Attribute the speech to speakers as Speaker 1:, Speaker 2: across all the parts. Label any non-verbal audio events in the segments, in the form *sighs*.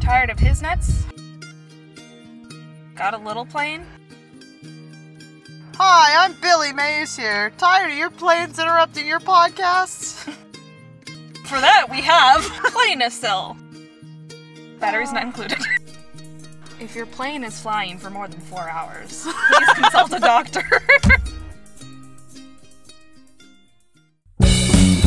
Speaker 1: tired of his nuts. Got a little plain.
Speaker 2: Hi, I'm Billy Mays here. Tired of your planes interrupting your podcasts? *laughs*
Speaker 1: For that, we have *laughs* Plainacil. Batteries not included. If your plane is flying for more than four hours, please consult a doctor. *laughs*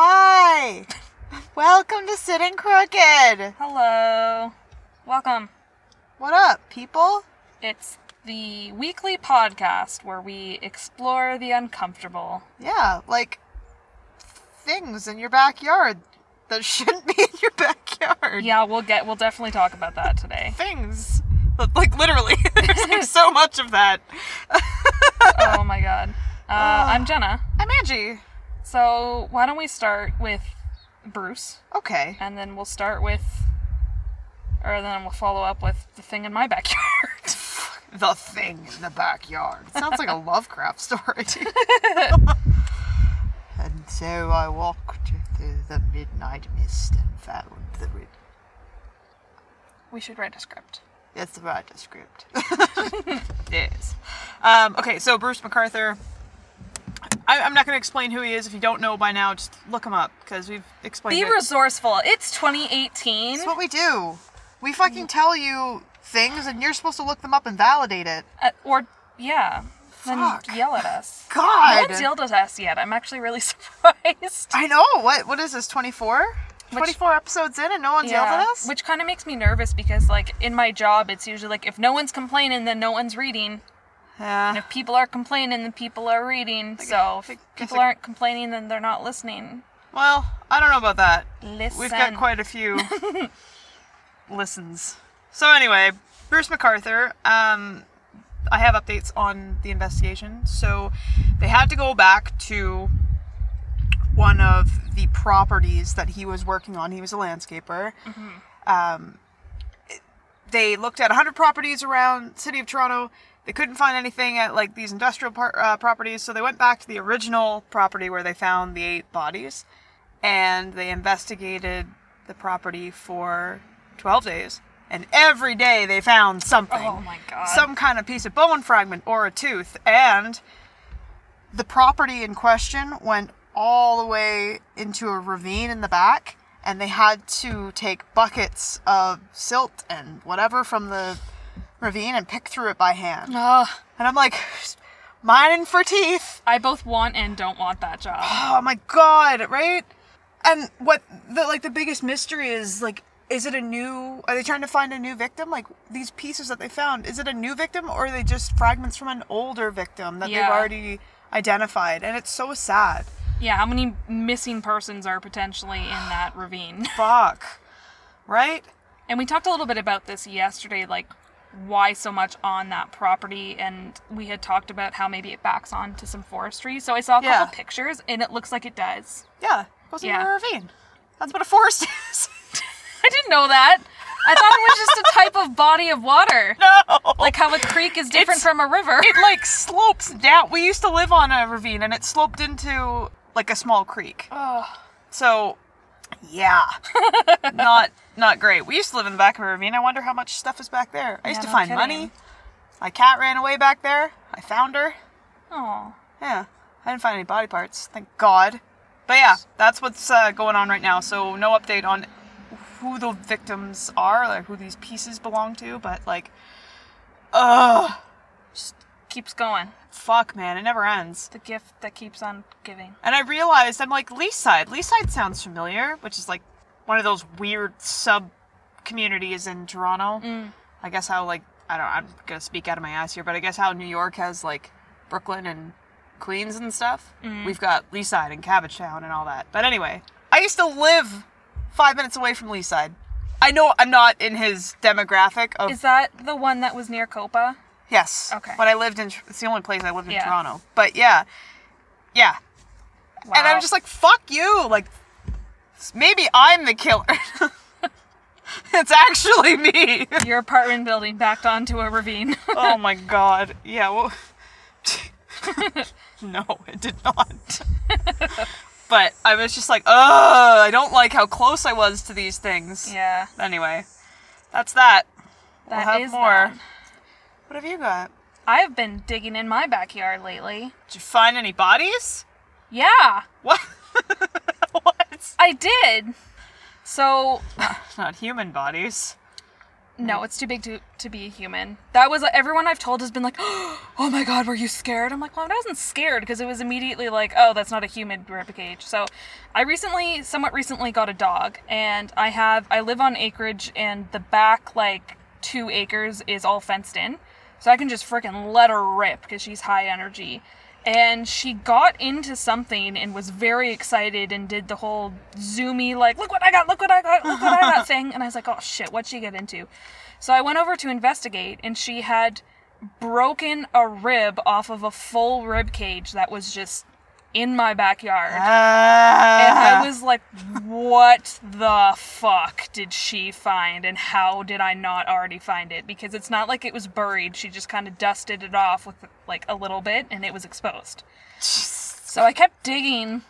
Speaker 2: Hi. *laughs* Welcome to Sitting Crooked.
Speaker 1: Hello. Welcome.
Speaker 2: What up, people?
Speaker 1: It's the weekly podcast where we explore the uncomfortable.
Speaker 2: Yeah, like things in your backyard that *laughs* shouldn't be in your backyard.
Speaker 1: Yeah, we'll get we'll definitely talk about that today.
Speaker 2: Things. But, Like literally, *laughs* there's there's so much of that.
Speaker 1: Oh my god. Uh, I'm Jenna.
Speaker 2: I'm Angie.
Speaker 1: So why don't we start with Bruce?
Speaker 2: Okay.
Speaker 1: and then we'll start with or then we'll follow up with the thing in my *laughs* backyard
Speaker 2: The thing in the backyard. Sounds like a *laughs* Lovecraft story. *laughs* and so I walked through the midnight mist and found the rid-
Speaker 1: we should write a script
Speaker 2: That's the right *laughs* script. yes. Um, okay, so Bruce MacArthur. I, I'm not going to explain who he is. If you don't know by now, just look him up because we've
Speaker 1: be
Speaker 2: explained it.
Speaker 1: resourceful it's 2018
Speaker 2: That's what we do. We fucking tell you things and you're supposed to look them up and validate it.
Speaker 1: uh, or yeah then
Speaker 2: Fuck.
Speaker 1: yell at us no
Speaker 2: God.
Speaker 1: one yelled at us yet i'm actually really *laughs* surprised
Speaker 2: I know. What What is this, 24? 24 episodes in and no one's *laughs* yelled at us?
Speaker 1: which kind of makes me nervous because like in my job it's usually like if no one's complaining then no one's reading
Speaker 2: yeah.
Speaker 1: and if people are complaining then people are reading so
Speaker 2: I
Speaker 1: if
Speaker 2: guess
Speaker 1: people
Speaker 2: I-
Speaker 1: aren't complaining then they're not listening
Speaker 2: Well, I don't know about that.
Speaker 1: listen
Speaker 2: We've got quite
Speaker 1: *laughs*
Speaker 2: a few listens. So anyway, Bruce MacArthur. Um, I have updates on the investigation. So they had to go back to one of the properties that he was working on. He was a landscaper. Um, it- they looked at 100 properties around city of Toronto. They couldn't find anything at like these industrial par- uh, properties, so they went back to the original property where they found the eight bodies and they investigated the property for 12 days. And every day they found something.
Speaker 1: Oh my God.
Speaker 2: Some kind of piece of bone fragment or a tooth. And the property in question went all the way into a ravine in the back. And they had to take buckets of silt and whatever from the ravine and pick through it by hand.
Speaker 1: Ugh.
Speaker 2: And I'm like, mining for teeth.
Speaker 1: I both want and don't want that job.
Speaker 2: oh my god right and what the like the biggest mystery is like is it a new are they trying to find a new victim like these pieces that they found is it a new victim or are they just fragments from an older victim that
Speaker 1: Yeah.
Speaker 2: they've already identified and it's so sad
Speaker 1: Yeah, how many missing persons are potentially in that ravine? *laughs*
Speaker 2: fuck right
Speaker 1: And we talked a little bit about this yesterday, like why so much on that property and we had talked about how maybe it backs on to some forestry. So I saw a couple
Speaker 2: Yeah.
Speaker 1: pictures and it looks like it does. *laughs*
Speaker 2: yeah goes into
Speaker 1: Yeah.
Speaker 2: a ravine that's what a forest *laughs* is
Speaker 1: I didn't know that. I thought it was just a type of body of water.
Speaker 2: *laughs* no
Speaker 1: Like how a creek is different
Speaker 2: It's-
Speaker 1: from a river.
Speaker 2: it like slopes down we used to live on a ravine and it sloped into like a small creek
Speaker 1: Ugh.
Speaker 2: So, *laughs* yeah, not not great. We used to live in the back of a ravine. I wonder how much stuff is back there. I used
Speaker 1: Yeah,
Speaker 2: to
Speaker 1: no
Speaker 2: find
Speaker 1: kidding.
Speaker 2: money. My cat ran away back there. I found her.
Speaker 1: *laughs* Aw.
Speaker 2: Yeah, I didn't find any body parts. Thank God. But yeah, that's what's uh, going on right now. So no update on who the victims are, like who these pieces belong to. But like, ugh,
Speaker 1: Keeps going.
Speaker 2: fuck, man, it never ends.
Speaker 1: The gift that keeps on giving.
Speaker 2: And I realized I'm like Leaside. Side. Leaside Side sounds familiar, which is like one of those weird sub communities in Toronto.
Speaker 1: Mm.
Speaker 2: I guess how like I don't. I'm gonna speak out of my ass here, but I guess how New York has like Brooklyn and Queens and stuff.
Speaker 1: Mm.
Speaker 2: We've got Leaside and Cabbage Town and all that. But anyway, I used to live five minutes away from Leaside. I know I'm not in his demographic of
Speaker 1: Is that the one that was near Copa?
Speaker 2: Yes.
Speaker 1: Okay.
Speaker 2: When I lived in, it's the only place I lived in
Speaker 1: Yeah.
Speaker 2: Toronto. But yeah, yeah, And I'm just like, fuck you. Like, maybe I'm the killer. *laughs* it's actually me. *laughs*
Speaker 1: your apartment building backed onto a ravine. *laughs*
Speaker 2: oh my god. Yeah, well. *laughs* no, it did not. *laughs* but I was just like, ugh, I don't like how close I was to these things.
Speaker 1: yeah,
Speaker 2: Anyway, that's that.
Speaker 1: that is
Speaker 2: we'll have more.
Speaker 1: that.
Speaker 2: What have you got?
Speaker 1: I've been digging in my backyard lately.
Speaker 2: Did you find any bodies? *laughs*
Speaker 1: Yeah,
Speaker 2: What? *laughs* what?
Speaker 1: I did. So
Speaker 2: Not human bodies.
Speaker 1: no, it's too big to, to be a human. That was everyone I've told has been like, *gasps* "Oh my god, were you scared?" I'm like, "Well, I wasn't scared because it was immediately like, oh, that's not a human ribcage." So, I recently, somewhat recently, got a dog, and I have I live on acreage, and the back like two acres is all fenced in, so I can just frickin' let her rip because she's high energy. And she got into something and was very excited and did the whole zoomy like, "Look what I got! Look what I got! Look what I got!" thing. And I was like, "Oh shit, what'd she get into?" So I went over to investigate, and she had broken a rib off of a full rib cage that was just in my backyard. And
Speaker 2: Uh-huh.
Speaker 1: I was like, what the fuck did she find? And how did I not already find it? Because it's not like it was buried. She just kind of dusted it off with like a little bit and it was exposed. So I kept digging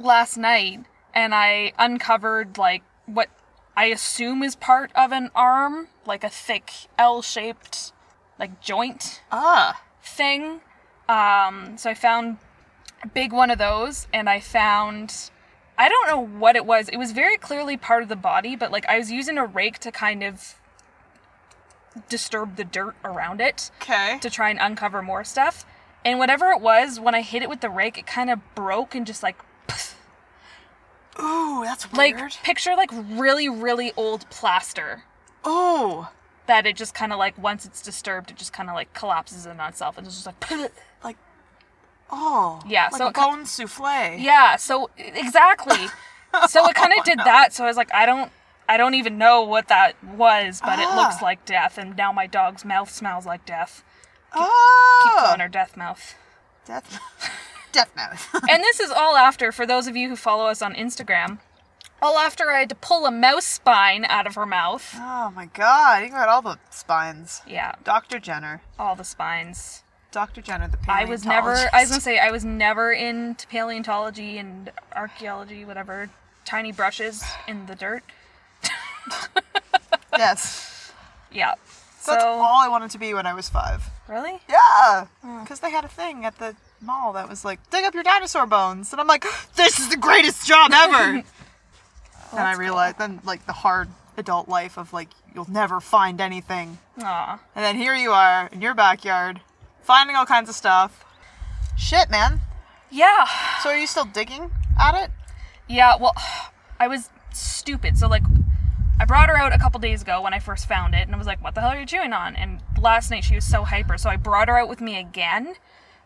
Speaker 1: last night and I uncovered like what I assume is part of an arm, like a thick L shaped like joint
Speaker 2: Ah.
Speaker 1: thing. Um, so I found a big one of those, and I found I don't know what it was. It was very clearly part of the body, but like I was using a rake to kind of disturb the dirt around it
Speaker 2: Okay.
Speaker 1: to try and uncover more stuff. And whatever it was, when I hit it with the rake, it kind of broke and just like
Speaker 2: Ooh, that's
Speaker 1: like
Speaker 2: weird.
Speaker 1: picture like really really old plaster
Speaker 2: Ooh,
Speaker 1: that it just kind of like once it's disturbed it just kind of like collapses in on itself and it's just like
Speaker 2: like oh.
Speaker 1: Yeah,
Speaker 2: Like
Speaker 1: so
Speaker 2: a
Speaker 1: it co-
Speaker 2: bone souffle.
Speaker 1: Yeah, so exactly. So it kind of did that. So I was like, I don't, I don't even know what that was, but it looks
Speaker 2: Ah.
Speaker 1: like death. And now my dog's mouth smells like death.
Speaker 2: Oh.
Speaker 1: On her death mouth.
Speaker 2: Death. *laughs* Death mouth.
Speaker 1: and this is all after, for those of you who follow us on Instagram, all after I had to pull a mouse spine out of her mouth.
Speaker 2: *laughs* oh my god, you got all the spines.
Speaker 1: Yeah,
Speaker 2: Dr. Jenner.
Speaker 1: all the spines.
Speaker 2: Dr. Jenner, the
Speaker 1: I was never. I was gonna
Speaker 2: paleontologist.
Speaker 1: say I was never into paleontology and archaeology, whatever. Tiny brushes in the dirt. *laughs*
Speaker 2: yes.
Speaker 1: Yeah. So
Speaker 2: That's all I wanted to be when I was five.
Speaker 1: really.
Speaker 2: Yeah. Because they had a thing at the mall that was like, dig up your dinosaur bones. And I'm like, *laughs* this is the greatest job *laughs* ever. then I
Speaker 1: that's
Speaker 2: realized, then like the hard adult life of like, you'll never find anything.
Speaker 1: Aw.
Speaker 2: And then here you are in your backyard, finding all kinds of stuff. Shit, man.
Speaker 1: Yeah.
Speaker 2: So are you still digging at it?
Speaker 1: Yeah, well, I was stupid. So, like, I brought her out a couple days ago when I first found it, and I was like, what the hell are you chewing on? And last night she was so hyper, so I brought her out with me again,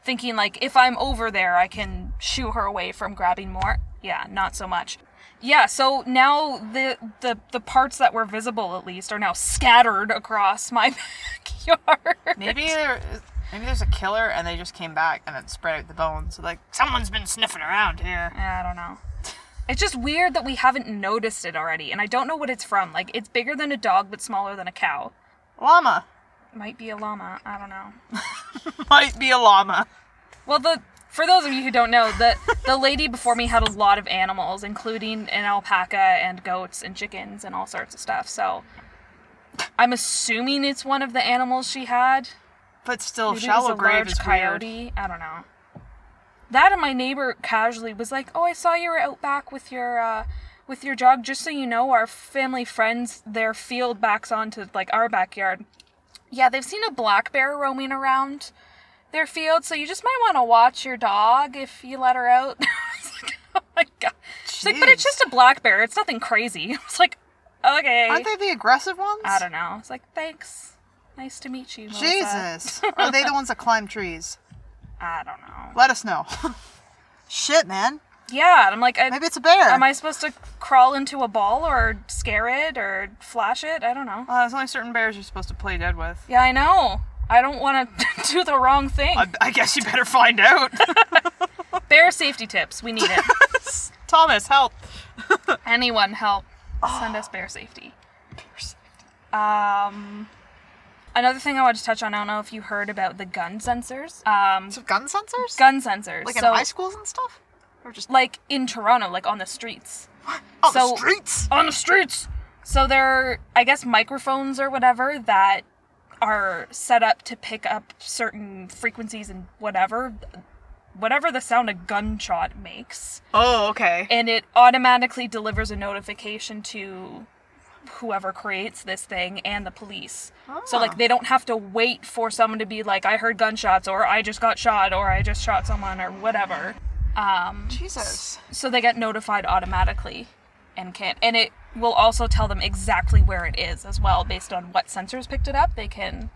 Speaker 1: thinking, like, if I'm over there, I can shoo her away from grabbing more. Yeah, not so much. Yeah, so now the, the the parts that were visible at least are now scattered across my *laughs* backyard.
Speaker 2: Maybe there, maybe there's a killer and they just came back and then spread out the bones. So like, someone's been sniffing around here.
Speaker 1: Yeah, I don't know. It's just weird that we haven't noticed it already, and I don't know what it's from. Like, it's bigger than a dog, but smaller than a cow.
Speaker 2: Llama. *laughs*
Speaker 1: Might be a llama. I don't know.
Speaker 2: Might be a llama.
Speaker 1: Well, the for those of you who don't know, the the lady before me had a lot of animals, including an alpaca and goats and chickens and all sorts of stuff. So, I'm assuming it's one of the animals she had.
Speaker 2: But still,
Speaker 1: Maybe it was
Speaker 2: shallow
Speaker 1: a
Speaker 2: grave
Speaker 1: large
Speaker 2: is weird.
Speaker 1: coyote. I don't know. That and my neighbor casually was like, "Oh, I saw you were out back with your uh, with your dog. Just so you know, our family friends their field backs onto like our backyard. Yeah, they've seen a black bear roaming around their field, so you just might want to watch your dog if you let her out." *laughs* I was like, "Oh my god!" She's like, "But it's
Speaker 2: Jeez.
Speaker 1: just a black bear. It's nothing crazy." *laughs* I was like, "Okay."
Speaker 2: Aren't they the aggressive ones?
Speaker 1: I don't know. It's like, "Thanks. Nice to meet you." Melissa."
Speaker 2: Jesus. Are they the ones that climb trees?
Speaker 1: I don't know.
Speaker 2: Let us know. *laughs* Shit, man.
Speaker 1: Yeah, and I'm like, I,
Speaker 2: Maybe it's a bear.
Speaker 1: am I supposed to crawl into a ball or scare it or flash it? I don't know.
Speaker 2: Uh, there's only certain bears you're supposed to play dead with.
Speaker 1: Yeah, I *laughs* know. I don't want to do the wrong thing.
Speaker 2: I, I guess you better find out.
Speaker 1: Bear safety tips. We need it.
Speaker 2: *laughs* Thomas, help.
Speaker 1: Anyone help.
Speaker 2: Oh.
Speaker 1: Send us bear safety. Um, another thing I wanted to touch on, I don't know if you heard about the gun sensors. Um,
Speaker 2: So gun sensors?
Speaker 1: gun sensors.
Speaker 2: like
Speaker 1: so,
Speaker 2: in high schools and stuff? Or just
Speaker 1: like in Toronto, like on the streets.
Speaker 2: on
Speaker 1: so-
Speaker 2: the streets?
Speaker 1: On the streets! So they're, I guess, microphones or whatever that are set up to pick up certain frequencies and whatever, whatever the sound a gunshot makes.
Speaker 2: Oh, okay.
Speaker 1: and it automatically delivers a notification to whoever creates this thing and the police. So like they don't have to wait for someone to be like I heard gunshots or I just got shot or I just shot someone or whatever. Um
Speaker 2: Jesus.
Speaker 1: so they get notified automatically and can and it will also tell them exactly where it is as well based on what sensors picked it up. They can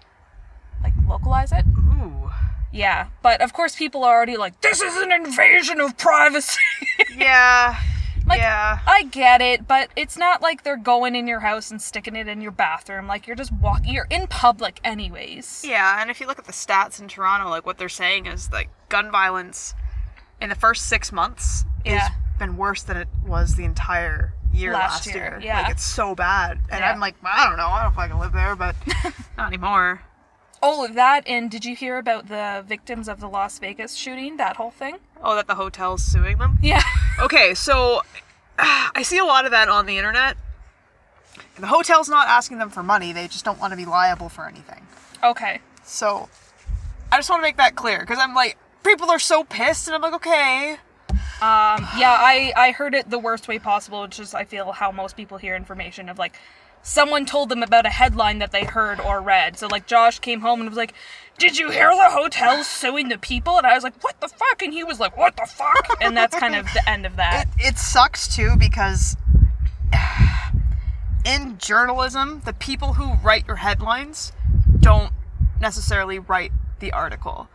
Speaker 1: like localize it.
Speaker 2: Ooh.
Speaker 1: Yeah, but of course people are already like this is an invasion of privacy. *laughs*
Speaker 2: Yeah.
Speaker 1: Like,
Speaker 2: yeah.
Speaker 1: I get it, but it's not like they're going in your house and sticking it in your bathroom. Like you're just walking, you're in public anyways.
Speaker 2: Yeah, and if you look at the stats in Toronto, like what they're saying is like gun violence in the first six months
Speaker 1: Yeah.
Speaker 2: has been worse than it was the entire year
Speaker 1: Last
Speaker 2: last,
Speaker 1: year,
Speaker 2: year.
Speaker 1: yeah.
Speaker 2: Like it's so bad. And
Speaker 1: Yeah.
Speaker 2: I'm like, I don't know, I don't fucking live there,
Speaker 1: *laughs*
Speaker 2: but *laughs* not anymore.
Speaker 1: All of that, and did you hear about the victims of the Las Vegas shooting? That whole thing.
Speaker 2: Oh, that the hotel's
Speaker 1: *laughs*
Speaker 2: suing them?
Speaker 1: Yeah.
Speaker 2: Okay, so *sighs* I see a lot of that on the internet. And the hotel's not asking them for money, they just don't want to be liable for anything.
Speaker 1: Okay.
Speaker 2: So I just want to make that clear because I'm like, people are so pissed, and I'm like, okay.
Speaker 1: Um. Yeah. I I heard it the worst way possible, which is I feel how most people hear information of like. Someone told them about a headline that they heard or read. So, like, Josh came home and was like, Did you hear the hotel suing the people? And I was like, What the fuck? And he was like, What the fuck? And that's kind of the end of
Speaker 2: *laughs*
Speaker 1: that.
Speaker 2: it, it sucks too because *sighs* in journalism, the people who write your headlines don't necessarily write the article.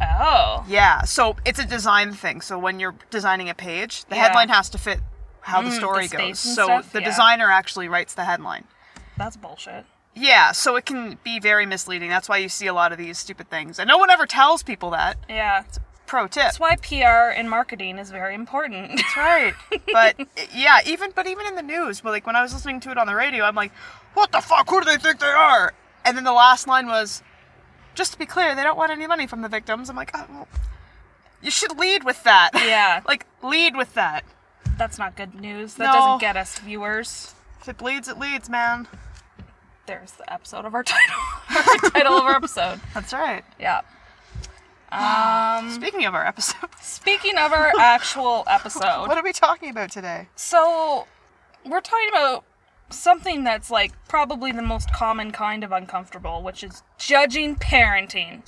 Speaker 1: Oh.
Speaker 2: Yeah, so it's a design thing. So when you're designing a page, the
Speaker 1: Yeah. Mm,
Speaker 2: headline has to fit how the story
Speaker 1: space
Speaker 2: goes.
Speaker 1: and
Speaker 2: So
Speaker 1: stuff,
Speaker 2: the
Speaker 1: yeah.
Speaker 2: designer actually writes the headline.
Speaker 1: That's bullshit.
Speaker 2: Yeah, so it can be very misleading. That's why you see a lot of these stupid things. And no one ever tells people that.
Speaker 1: Yeah.
Speaker 2: Pro tip.
Speaker 1: That's why PR and marketing is very important. *laughs*
Speaker 2: That's right. But *laughs* yeah, even but even in the news, but like when I was listening to it on the radio, I'm like, what the fuck? Who do they think they are? And then the last line was, just to be clear, they don't want any money from the victims. I'm like, oh, well, you should lead with that.
Speaker 1: Yeah.
Speaker 2: *laughs* like lead with that.
Speaker 1: That's not good news. That
Speaker 2: No.
Speaker 1: doesn't get us viewers.
Speaker 2: If it bleeds, it leads, man.
Speaker 1: There's the episode of our *laughs* title. our title of our episode.
Speaker 2: That's right.
Speaker 1: Yeah. Um,
Speaker 2: Speaking of our episode,
Speaker 1: speaking of our actual episode,
Speaker 2: *laughs* what are we talking about today?
Speaker 1: so we're talking about something that's like probably the most common kind of uncomfortable, which is judging parenting.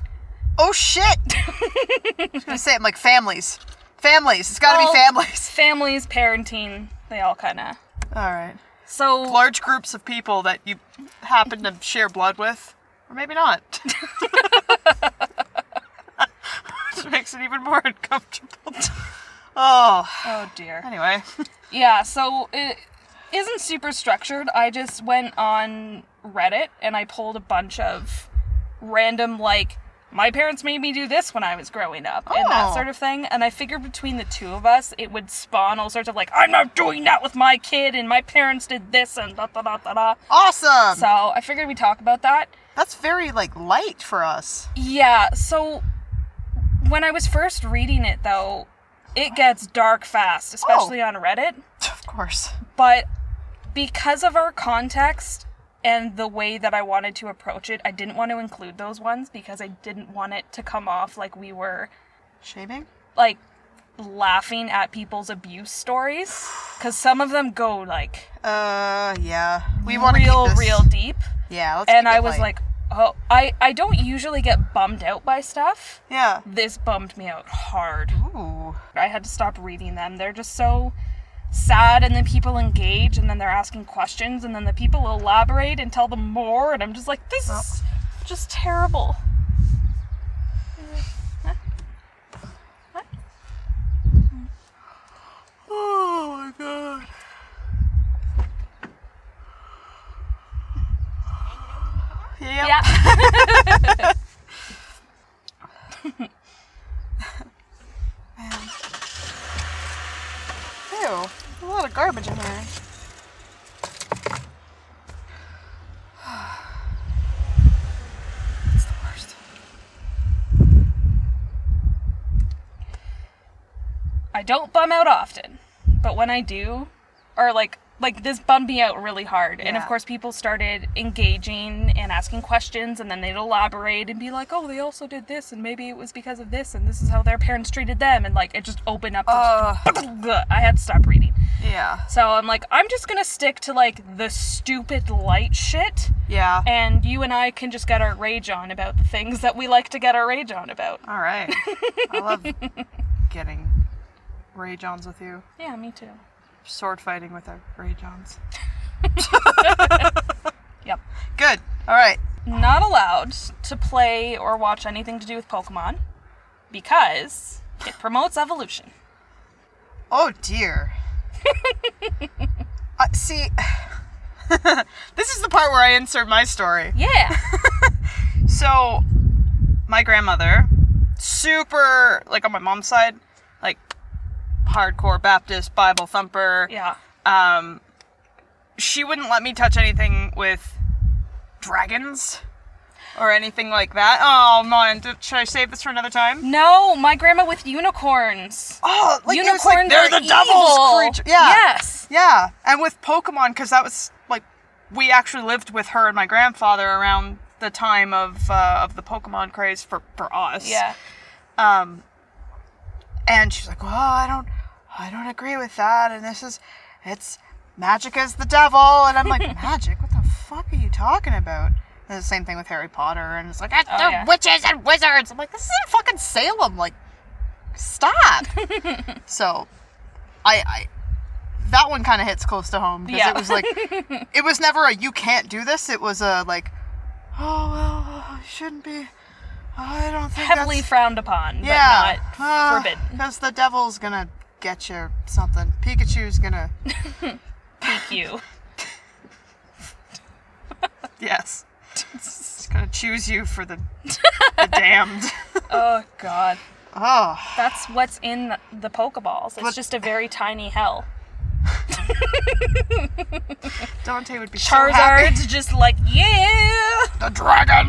Speaker 2: Oh shit! *laughs* I was gonna say it, I'm like families, families. It's gotta
Speaker 1: Well-
Speaker 2: be families. *laughs*
Speaker 1: Families, parenting, they all kind of.
Speaker 2: All right.
Speaker 1: So
Speaker 2: large groups of people that you happen to share blood with, or maybe not. *laughs* Which makes it even more *laughs* uncomfortable. Oh,
Speaker 1: Oh dear.
Speaker 2: anyway.
Speaker 1: Yeah, so it isn't super structured. I just went on Reddit and I pulled a bunch of random, like, my parents made me do this when I was growing up and that
Speaker 2: Oh.
Speaker 1: sort of thing. And I figured between the two of us, it would spawn all sorts of, like, I'm not doing that with my kid and my parents did this and da da da da da.
Speaker 2: Awesome!
Speaker 1: So I figured we'd talk about that.
Speaker 2: That's very, like, light for us.
Speaker 1: Yeah, so when I was first reading it, though, it gets dark fast, especially on Reddit.
Speaker 2: Of course.
Speaker 1: but because of our context and the way that I wanted to approach it, I didn't want to include those ones because I didn't want it to come off like we were
Speaker 2: Shaming?
Speaker 1: like laughing at people's abuse stories because some of them go like
Speaker 2: Uh, yeah. We want to
Speaker 1: real
Speaker 2: keep this-
Speaker 1: real deep
Speaker 2: Yeah, let's
Speaker 1: and
Speaker 2: keep
Speaker 1: I
Speaker 2: it
Speaker 1: was
Speaker 2: light.
Speaker 1: like oh I I don't usually get bummed out by stuff
Speaker 2: yeah.
Speaker 1: this bummed me out hard
Speaker 2: Ooh.
Speaker 1: I had to stop reading them. They're just so sad, and then people engage, and then they're asking questions, and then the people elaborate and tell them more, and I'm just like, this is just terrible.
Speaker 2: Oh my god. Yeah.
Speaker 1: Yeah.
Speaker 2: Ew, a lot of garbage in here. It's the worst.
Speaker 1: I don't bum out often, but when I do, or like like this bummed me out really hard. And of
Speaker 2: Yeah.
Speaker 1: course, people started engaging and asking questions, and then they'd elaborate and be like, "Oh, they also did this, and maybe it was because of this, and this is how their parents treated them," and like it just opened up.
Speaker 2: Ugh.
Speaker 1: to- I had to stop reading.
Speaker 2: Uh, Yeah.
Speaker 1: So I'm like, I'm just gonna stick to like the stupid light shit,
Speaker 2: Yeah.
Speaker 1: and you and I can just get our rage on about the things that we like to get our rage on about.
Speaker 2: All right. I love getting Ray Johns with you.
Speaker 1: Yeah, me too.
Speaker 2: Sword fighting with our Ray Johns.
Speaker 1: Yep.
Speaker 2: Good. All right.
Speaker 1: not allowed to play or watch anything to do with Pokemon because it promotes evolution.
Speaker 2: Oh dear. uh, see, *laughs* this is the part where I insert my story.
Speaker 1: Yeah.
Speaker 2: So, my grandmother, super, like on my mom's side, like hardcore Baptist, Bible thumper.
Speaker 1: *laughs* Yeah.
Speaker 2: Um, she wouldn't let me touch anything with dragons or anything like that. Oh man, d- should I save this for another time?
Speaker 1: No, my grandma with unicorns.
Speaker 2: Oh, like, it was
Speaker 1: unicorns
Speaker 2: like they're
Speaker 1: are
Speaker 2: the devil's
Speaker 1: evil.
Speaker 2: creature. Yeah.
Speaker 1: Yes.
Speaker 2: Yeah, and with Pokemon, because that was like we actually lived with her and my grandfather around the time of uh, of the Pokemon craze for for us.
Speaker 1: Yeah.
Speaker 2: Um, and she's like, "Well, I don't, I don't agree with that." And this is, it's magic is the devil, and
Speaker 1: *laughs*
Speaker 2: I'm like, "Magic? What the fuck are you talking about?" And the same thing with Harry Potter, and it's like, "It's
Speaker 1: Oh,
Speaker 2: the
Speaker 1: yeah.
Speaker 2: witches and wizards." I'm like, "This isn't fucking Salem." Like,
Speaker 1: *laughs*
Speaker 2: stop. so, I, I, that one kind of hits close to home because
Speaker 1: Yeah.
Speaker 2: it
Speaker 1: *laughs*
Speaker 2: was like, it was never a "you can't do this." It was a like, "Oh well, it shouldn't be." I don't think
Speaker 1: Heavily
Speaker 2: that's-
Speaker 1: frowned upon,
Speaker 2: yeah.
Speaker 1: but
Speaker 2: *laughs*
Speaker 1: not forbidden.
Speaker 2: Because the devil's gonna get you something. Pikachu's gonna. *laughs*
Speaker 1: Thank you.
Speaker 2: yes. It's gonna choose you for the,
Speaker 1: *laughs*
Speaker 2: the damned.
Speaker 1: Oh god.
Speaker 2: Oh.
Speaker 1: That's what's in the Pokeballs. It's just a very tiny hell.
Speaker 2: Dante would be so happy.
Speaker 1: Charizard's just like, yeah.
Speaker 2: The dragon!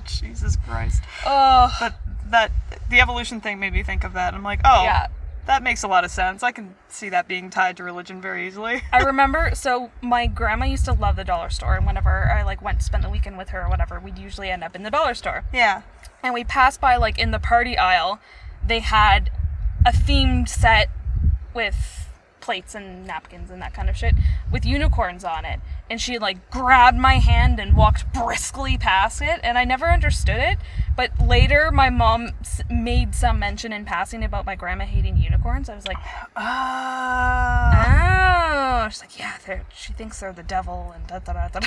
Speaker 2: *laughs* Jesus Christ.
Speaker 1: Oh,
Speaker 2: But that. The evolution thing made me think of that. I'm like, oh.
Speaker 1: yeah.
Speaker 2: That makes a lot of sense. I can see that being tied to religion very easily. *laughs*
Speaker 1: I remember, so my grandma used to love the dollar store, and whenever I like went to spend the weekend with her or whatever, we'd usually end up in the dollar store.
Speaker 2: Yeah.
Speaker 1: And we passed by like in the party aisle, they had a themed set with plates and napkins and that kind of shit with unicorns on it. And she like grabbed my hand and walked briskly past it, and I never understood it. But later, my mom s- made some mention in passing about my grandma hating unicorns. I was like,
Speaker 2: Ah.
Speaker 1: Oh, she's like, yeah, they're, she thinks they're the devil and da da da *laughs* da. da."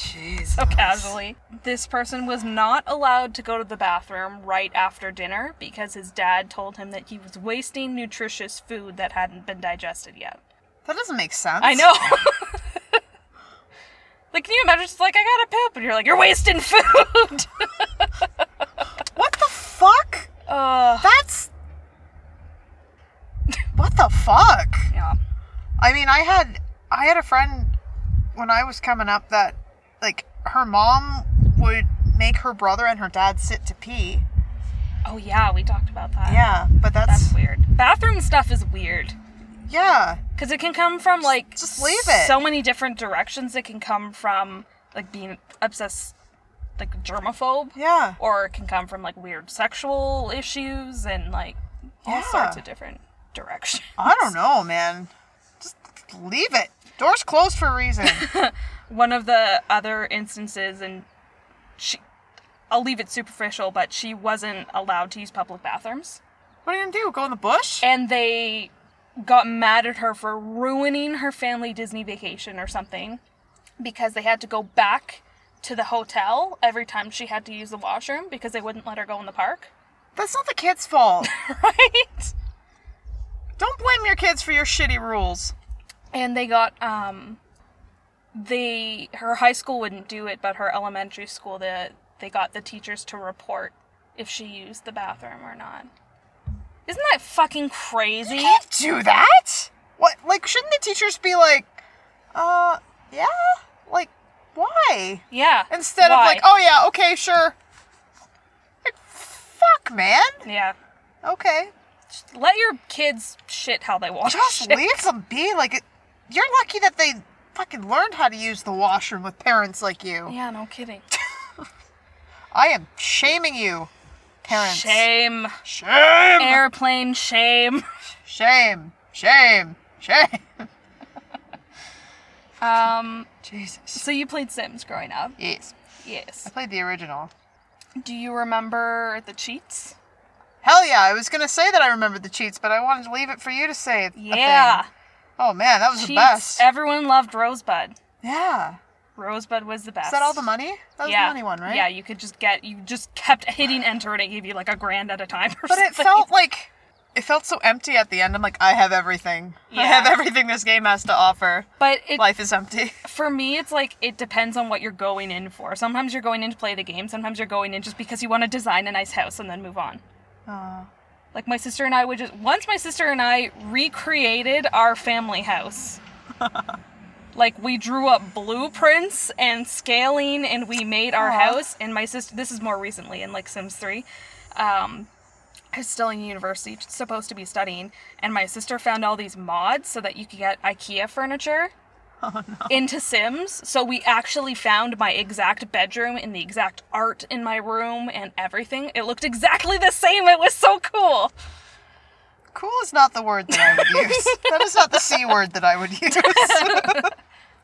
Speaker 2: Jesus.
Speaker 1: so casually. This person was not allowed to go to the bathroom right after dinner because his dad told him that he was wasting nutritious food that hadn't been digested yet.
Speaker 2: That doesn't make sense.
Speaker 1: I know. *laughs* like, can you imagine? It's like, I got to poop, and you're like, you're wasting food. *laughs*
Speaker 2: What the fuck?
Speaker 1: uh,
Speaker 2: That's *laughs* what the fuck.
Speaker 1: yeah.
Speaker 2: I mean, I had I had a friend when I was coming up that like her mom would make her brother and her dad sit to pee.
Speaker 1: Oh yeah, we talked about that.
Speaker 2: Yeah, but that's,
Speaker 1: That's weird. Bathroom stuff is weird.
Speaker 2: yeah,
Speaker 1: Because it can come from like
Speaker 2: just leave it.
Speaker 1: So many different directions. It can come from like being obsessed, like germaphobe,
Speaker 2: yeah.
Speaker 1: or it can come from like weird sexual issues and like all
Speaker 2: Yeah.
Speaker 1: sorts of different directions. *laughs*
Speaker 2: I don't know, man. Just leave it. Doors closed for a reason.
Speaker 1: One of the other instances, and she, I'll leave it superficial, but she wasn't allowed to use public bathrooms.
Speaker 2: what are you gonna do? Go in the bush?
Speaker 1: and they got mad at her for ruining her family Disney vacation or something because they had to go back to the hotel every time she had to use the washroom because they wouldn't let her go in the park. *laughs*
Speaker 2: That's not the kid's fault.
Speaker 1: Right?
Speaker 2: don't blame your kids for your shitty rules.
Speaker 1: And they got um they her high school wouldn't do it, but her elementary school the they got the teachers to report if she used the bathroom or not. Isn't that fucking crazy?
Speaker 2: can't do that. What? Like, shouldn't the teachers be like, uh, yeah, like, why?
Speaker 1: Yeah.
Speaker 2: Instead
Speaker 1: Why?
Speaker 2: of like, oh yeah, okay, sure. Like, fuck, man.
Speaker 1: Yeah.
Speaker 2: Okay,
Speaker 1: Just let your kids shit how they watch.
Speaker 2: just
Speaker 1: shit.
Speaker 2: leave them be. Like, it, you're lucky that they fucking learned how to use the washroom with parents like you.
Speaker 1: Yeah, no kidding.
Speaker 2: I am shaming you, parents.
Speaker 1: Shame.
Speaker 2: Shame.
Speaker 1: Airplane shame.
Speaker 2: Shame. Shame. Shame. *laughs*
Speaker 1: Um,
Speaker 2: Jesus.
Speaker 1: so you played Sims growing up?
Speaker 2: Yes. I
Speaker 1: Yes.
Speaker 2: played the original.
Speaker 1: Do you remember the cheats?
Speaker 2: Hell yeah, I was gonna say that I remembered the cheats, but I wanted to leave it for you to say it.
Speaker 1: Yeah.
Speaker 2: Oh man, that was the
Speaker 1: Cheats.
Speaker 2: best.
Speaker 1: Everyone loved Rosebud.
Speaker 2: yeah.
Speaker 1: Rosebud was the best.
Speaker 2: Is that all the money? That was
Speaker 1: yeah.
Speaker 2: the money one, right?
Speaker 1: Yeah, you could just get you just kept hitting enter and it gave you like a grand at a time or
Speaker 2: But
Speaker 1: something.
Speaker 2: it felt like it felt so empty at the end. I'm like, I have everything. I have
Speaker 1: Yeah.
Speaker 2: everything this game has to offer.
Speaker 1: But it
Speaker 2: Life is empty.
Speaker 1: for me it's like it depends on what you're going in for. Sometimes you're going in to play the game, sometimes you're going in just because you want to design a nice house and then move on.
Speaker 2: Oh.
Speaker 1: Like my sister and I would just once my sister and I recreated our family house. like we drew up blueprints and scaling and we made our
Speaker 2: Aw.
Speaker 1: house and my sister this is more recently in like Sims 3. Um I was still in university, supposed to be studying, and my sister found all these mods so that you could get IKEA furniture into Sims. So we actually found my exact bedroom and the exact art in my room and everything. It looked exactly the same. It was so cool.
Speaker 2: Cool is not the word that I
Speaker 1: *laughs*
Speaker 2: would use. that is not the C word that I would use. *laughs*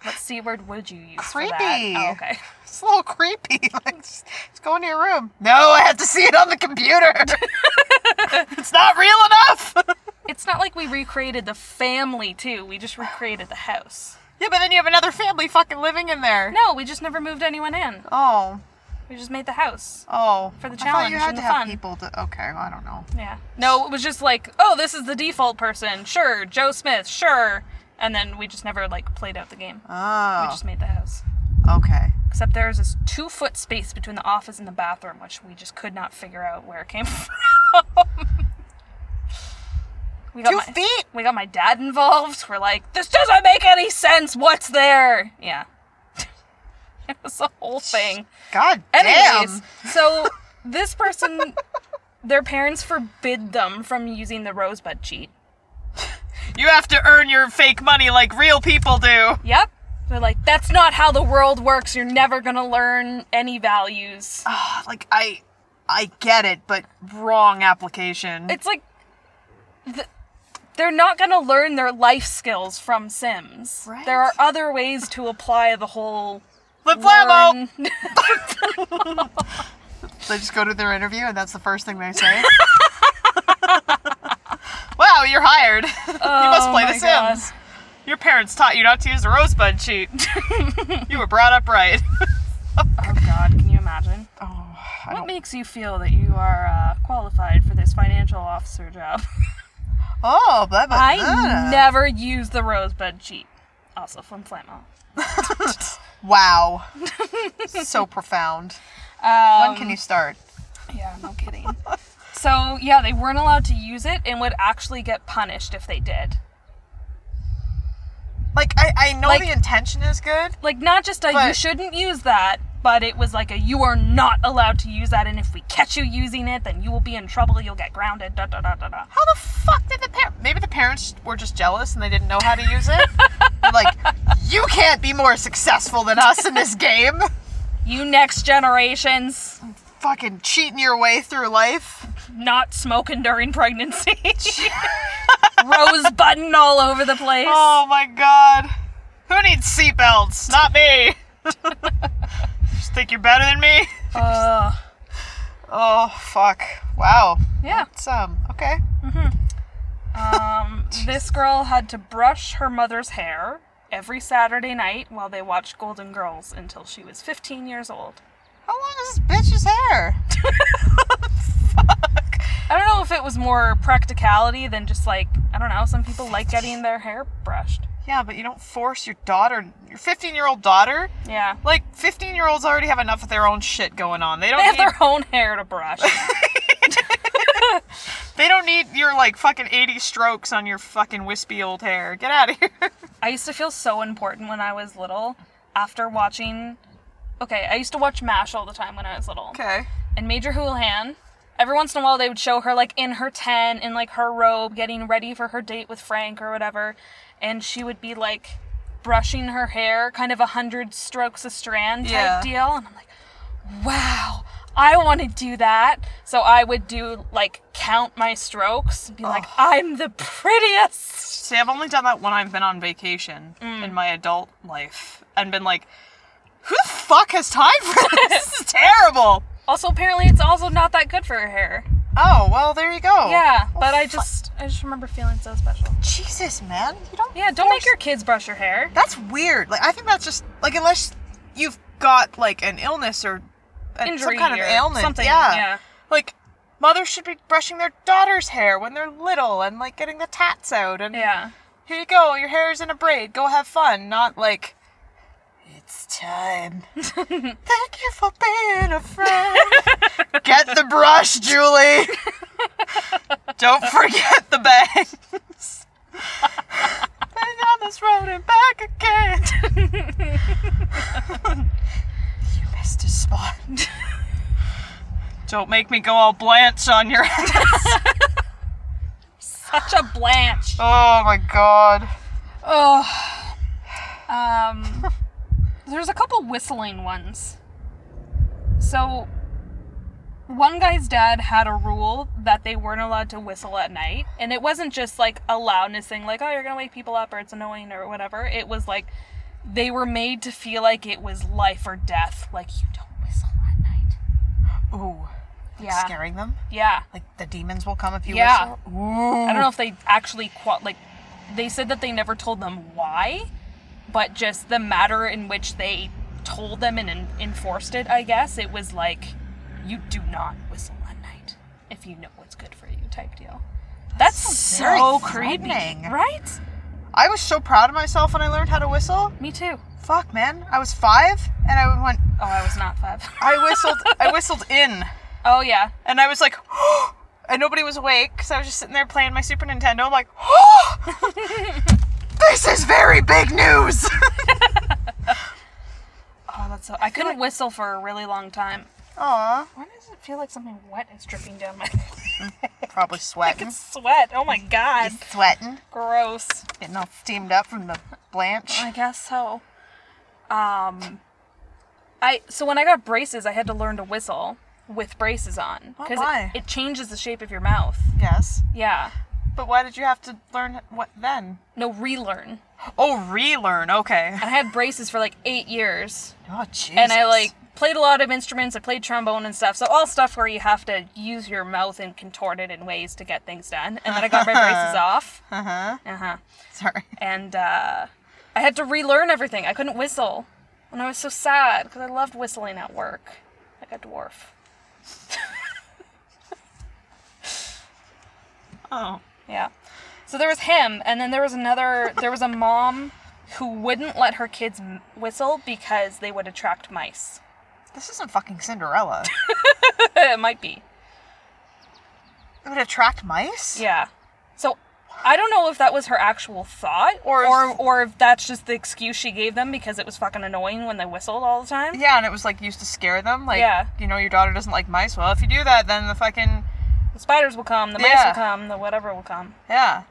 Speaker 1: What C word would you use? For that?
Speaker 2: Creepy.
Speaker 1: Oh, okay.
Speaker 2: it's a little creepy. *laughs* Like, just, just go into your room. No, I have to see it on
Speaker 1: *laughs*
Speaker 2: the computer. it's not real enough. *laughs*
Speaker 1: It's not like we recreated the family too. We just recreated the house.
Speaker 2: yeah, but then you have another family fucking living in there.
Speaker 1: No, we just never moved anyone in.
Speaker 2: Oh,
Speaker 1: We just made the house.
Speaker 2: oh.
Speaker 1: For the
Speaker 2: I thought
Speaker 1: challenge
Speaker 2: you had
Speaker 1: and
Speaker 2: to
Speaker 1: the
Speaker 2: have
Speaker 1: fun.
Speaker 2: people to. Okay, well, I don't know.
Speaker 1: Yeah. No, it was just like, oh, this is the default person. Sure, Joe Smith. Sure. And then we just never like played out the game.
Speaker 2: Oh.
Speaker 1: We just made the house.
Speaker 2: Okay.
Speaker 1: Except there's this two foot space between the office and the bathroom, which we just could not figure out where it came *laughs* from. we got
Speaker 2: Two
Speaker 1: my,
Speaker 2: feet?
Speaker 1: We got my dad involved. We're like, this doesn't make any sense. What's there? Yeah. *laughs* it was a whole thing.
Speaker 2: God
Speaker 1: Anyways,
Speaker 2: damn.
Speaker 1: so this person, *laughs* their parents forbid them from using the rosebud cheat.
Speaker 2: You have to earn your fake money like real people do. *sighs*
Speaker 1: Yep. They're like, that's not how the world works. You're never going to learn any values.
Speaker 2: Ah, like I, I get it, but wrong application.
Speaker 1: it's like th- they're not going to learn their life skills from Sims.
Speaker 2: Right.
Speaker 1: There are other ways to apply the whole.
Speaker 2: Flip flamo.
Speaker 1: learn-
Speaker 2: They just go to their interview and that's the first thing they say. *laughs* wow, you're hired. *laughs* you must
Speaker 1: Oh
Speaker 2: play The
Speaker 1: my God.
Speaker 2: Sims. Your parents taught you not to use the
Speaker 1: *laughs*
Speaker 2: rosebud cheat. you were brought up right.
Speaker 1: Oh God, can you imagine?
Speaker 2: Oh, I
Speaker 1: What
Speaker 2: don't.
Speaker 1: makes you feel that you are uh, qualified for this financial officer job? *laughs*
Speaker 2: Oh, blah blah.
Speaker 1: I
Speaker 2: blah.
Speaker 1: never use the rosebud cheat. Also from Flamo.
Speaker 2: Wow. so profound.
Speaker 1: Um,
Speaker 2: When can you start?
Speaker 1: Yeah, no kidding. *laughs* so yeah, they weren't allowed to use it and would actually get punished if they did.
Speaker 2: Like I, I know
Speaker 1: like-
Speaker 2: the intention is good.
Speaker 1: Like not just a you
Speaker 2: But-
Speaker 1: shouldn't use that, but it was like a you are not allowed to use that, and if we catch you using it, then you will be in trouble. You'll get grounded. Da da da da da.
Speaker 2: How the fuck did the parents? Maybe the parents were just jealous and they didn't know how to use
Speaker 1: *laughs*
Speaker 2: it. They're like, you can't be more successful than us in this game.
Speaker 1: You next generations
Speaker 2: Fucking cheating your way through life.
Speaker 1: not smoking during pregnancy. *laughs* Rose button all over the place.
Speaker 2: Oh my god. Who needs seatbelts?
Speaker 1: *laughs*
Speaker 2: Not me. just think you're better than me.
Speaker 1: Uh,
Speaker 2: Oh fuck. Wow.
Speaker 1: yeah.
Speaker 2: It's um okay.
Speaker 1: Um, this girl had to brush her mother's hair every Saturday night while they watched Golden Girls until she was 15 years old.
Speaker 2: How long is this bitch's hair? fuck.
Speaker 1: I don't know if it was more practicality than just like, I don't know, some people like getting their hair brushed.
Speaker 2: Yeah, but you don't force your daughter, your 15 year old daughter.
Speaker 1: Yeah.
Speaker 2: Like 15 year olds already have enough of their own shit going on. They don't
Speaker 1: They have
Speaker 2: need
Speaker 1: their own hair to brush.
Speaker 2: They don't need your like fucking 80 strokes on your fucking wispy old hair. Get out of here. *laughs*
Speaker 1: I used to feel so important when I was little after watching. Okay, I used to watch MASH all the time when I was little.
Speaker 2: Okay.
Speaker 1: And Major Houlihan, every once in a while they would show her like in her tent, in like her robe, getting ready for her date with Frank or whatever. And she would be like brushing her hair, kind of a hundred strokes a strand type
Speaker 2: Yeah.
Speaker 1: deal. And I'm like, wow. I want to do that. So I would do like count my strokes and be like, I'm the prettiest.
Speaker 2: See, I've only done that when I've been on vacation
Speaker 1: Mm.
Speaker 2: in my adult life and been like, who the fuck has time for
Speaker 1: *laughs*
Speaker 2: this? this is terrible.
Speaker 1: Also, apparently, it's also not that good for her hair.
Speaker 2: Oh, well, there you go.
Speaker 1: Yeah,
Speaker 2: Well,
Speaker 1: but I
Speaker 2: fu-
Speaker 1: just I just remember feeling so special.
Speaker 2: Jesus, man. You don't.
Speaker 1: Yeah, don't make your kids brush your hair.
Speaker 2: That's weird. Like, I think that's just. Like, unless you've got, like, an illness or a,
Speaker 1: Injury
Speaker 2: some kind of
Speaker 1: or
Speaker 2: ailment.
Speaker 1: something,
Speaker 2: Yeah.
Speaker 1: yeah.
Speaker 2: Like, mothers should be brushing their daughter's hair when they're little and, like, getting the tats out. And
Speaker 1: Yeah.
Speaker 2: here you go, your hair's in a braid, go have fun, not like, it's time. Thank you for being a friend. Get the brush, Julie. Don't forget the bangs. Been on this road and back again. you missed a spot. Don't make me go all Blanche on your
Speaker 1: Such a Blanche.
Speaker 2: Oh my god.
Speaker 1: Oh.
Speaker 2: *laughs*
Speaker 1: Um. there's a couple whistling ones. So, one guy's dad had a rule that they weren't allowed to whistle at night, and it wasn't just like a loudness thing, like oh you're gonna wake people up or it's annoying or whatever. It was like they were made to feel like it was life or death. Like you don't whistle at night.
Speaker 2: Ooh.
Speaker 1: Yeah.
Speaker 2: Scaring them?
Speaker 1: Yeah.
Speaker 2: Like the demons will come if you
Speaker 1: Yeah.
Speaker 2: whistle. Ooh.
Speaker 1: I don't know if they actually qua- like they said that they never told them why, but just the matter in which they told them and en- enforced it, I guess it was like you do not whistle at night if you know what's good for you type deal. That's,
Speaker 2: sounds very
Speaker 1: so creepy,
Speaker 2: threatening.
Speaker 1: right?
Speaker 2: I was so proud of myself when I learned how to whistle.
Speaker 1: Me too.
Speaker 2: Fuck, man. I was five and I went.
Speaker 1: Oh, I was not five.
Speaker 2: I *laughs* whistled. I whistled in,
Speaker 1: *laughs* oh yeah,
Speaker 2: and I was like, *gasps* and nobody was awake because I was just sitting there playing my Super Nintendo. I'm like, *gasps* oh, this is very big news. *laughs*
Speaker 1: oh that's so. I couldn't whistle for a really long time.
Speaker 2: Aw,
Speaker 1: Why does it feel like something wet is dripping down my *laughs*
Speaker 2: probably sweating.
Speaker 1: sweat? *laughs* Oh my god,
Speaker 2: Sweating,
Speaker 1: gross.
Speaker 2: getting all steamed up from the blanch.
Speaker 1: I guess so. Um, I so when I got braces, I had to learn to whistle with braces on
Speaker 2: Oh,
Speaker 1: it,
Speaker 2: why?
Speaker 1: it changes the shape of your mouth.
Speaker 2: Yes,
Speaker 1: Yeah,
Speaker 2: but why did you have to learn what then?
Speaker 1: no relearn.
Speaker 2: Oh, relearn. *laughs* Okay.
Speaker 1: And I had braces for like eight years,
Speaker 2: Oh, Jesus.
Speaker 1: and I like played a lot of instruments. I played trombone and stuff, so all stuff where you have to use your mouth and contort it in ways to get things done. And then I got my
Speaker 2: *laughs*
Speaker 1: braces off. Uh huh.
Speaker 2: Uh-huh.
Speaker 1: Uh huh.
Speaker 2: Sorry.
Speaker 1: and uh, I had to relearn everything. I couldn't whistle, and I was so sad because I loved whistling at work, like a dwarf.
Speaker 2: Oh.
Speaker 1: Yeah. So there was him, and then there was another. There was a mom who wouldn't let her kids m- whistle because they would attract mice. *laughs*
Speaker 2: This isn't fucking Cinderella.
Speaker 1: it might be.
Speaker 2: it would attract mice?
Speaker 1: Yeah. So I don't know if that was her actual thought, or
Speaker 2: Or if-
Speaker 1: or, or if that's just the excuse she gave them because it was fucking annoying when they whistled all the time.
Speaker 2: Yeah, and it was like used to scare them. Like,
Speaker 1: Yeah.
Speaker 2: you know, your daughter doesn't like mice. Well, if you do that, then the fucking.
Speaker 1: The spiders will come, the mice
Speaker 2: Yeah.
Speaker 1: will come, the whatever will come.
Speaker 2: Yeah.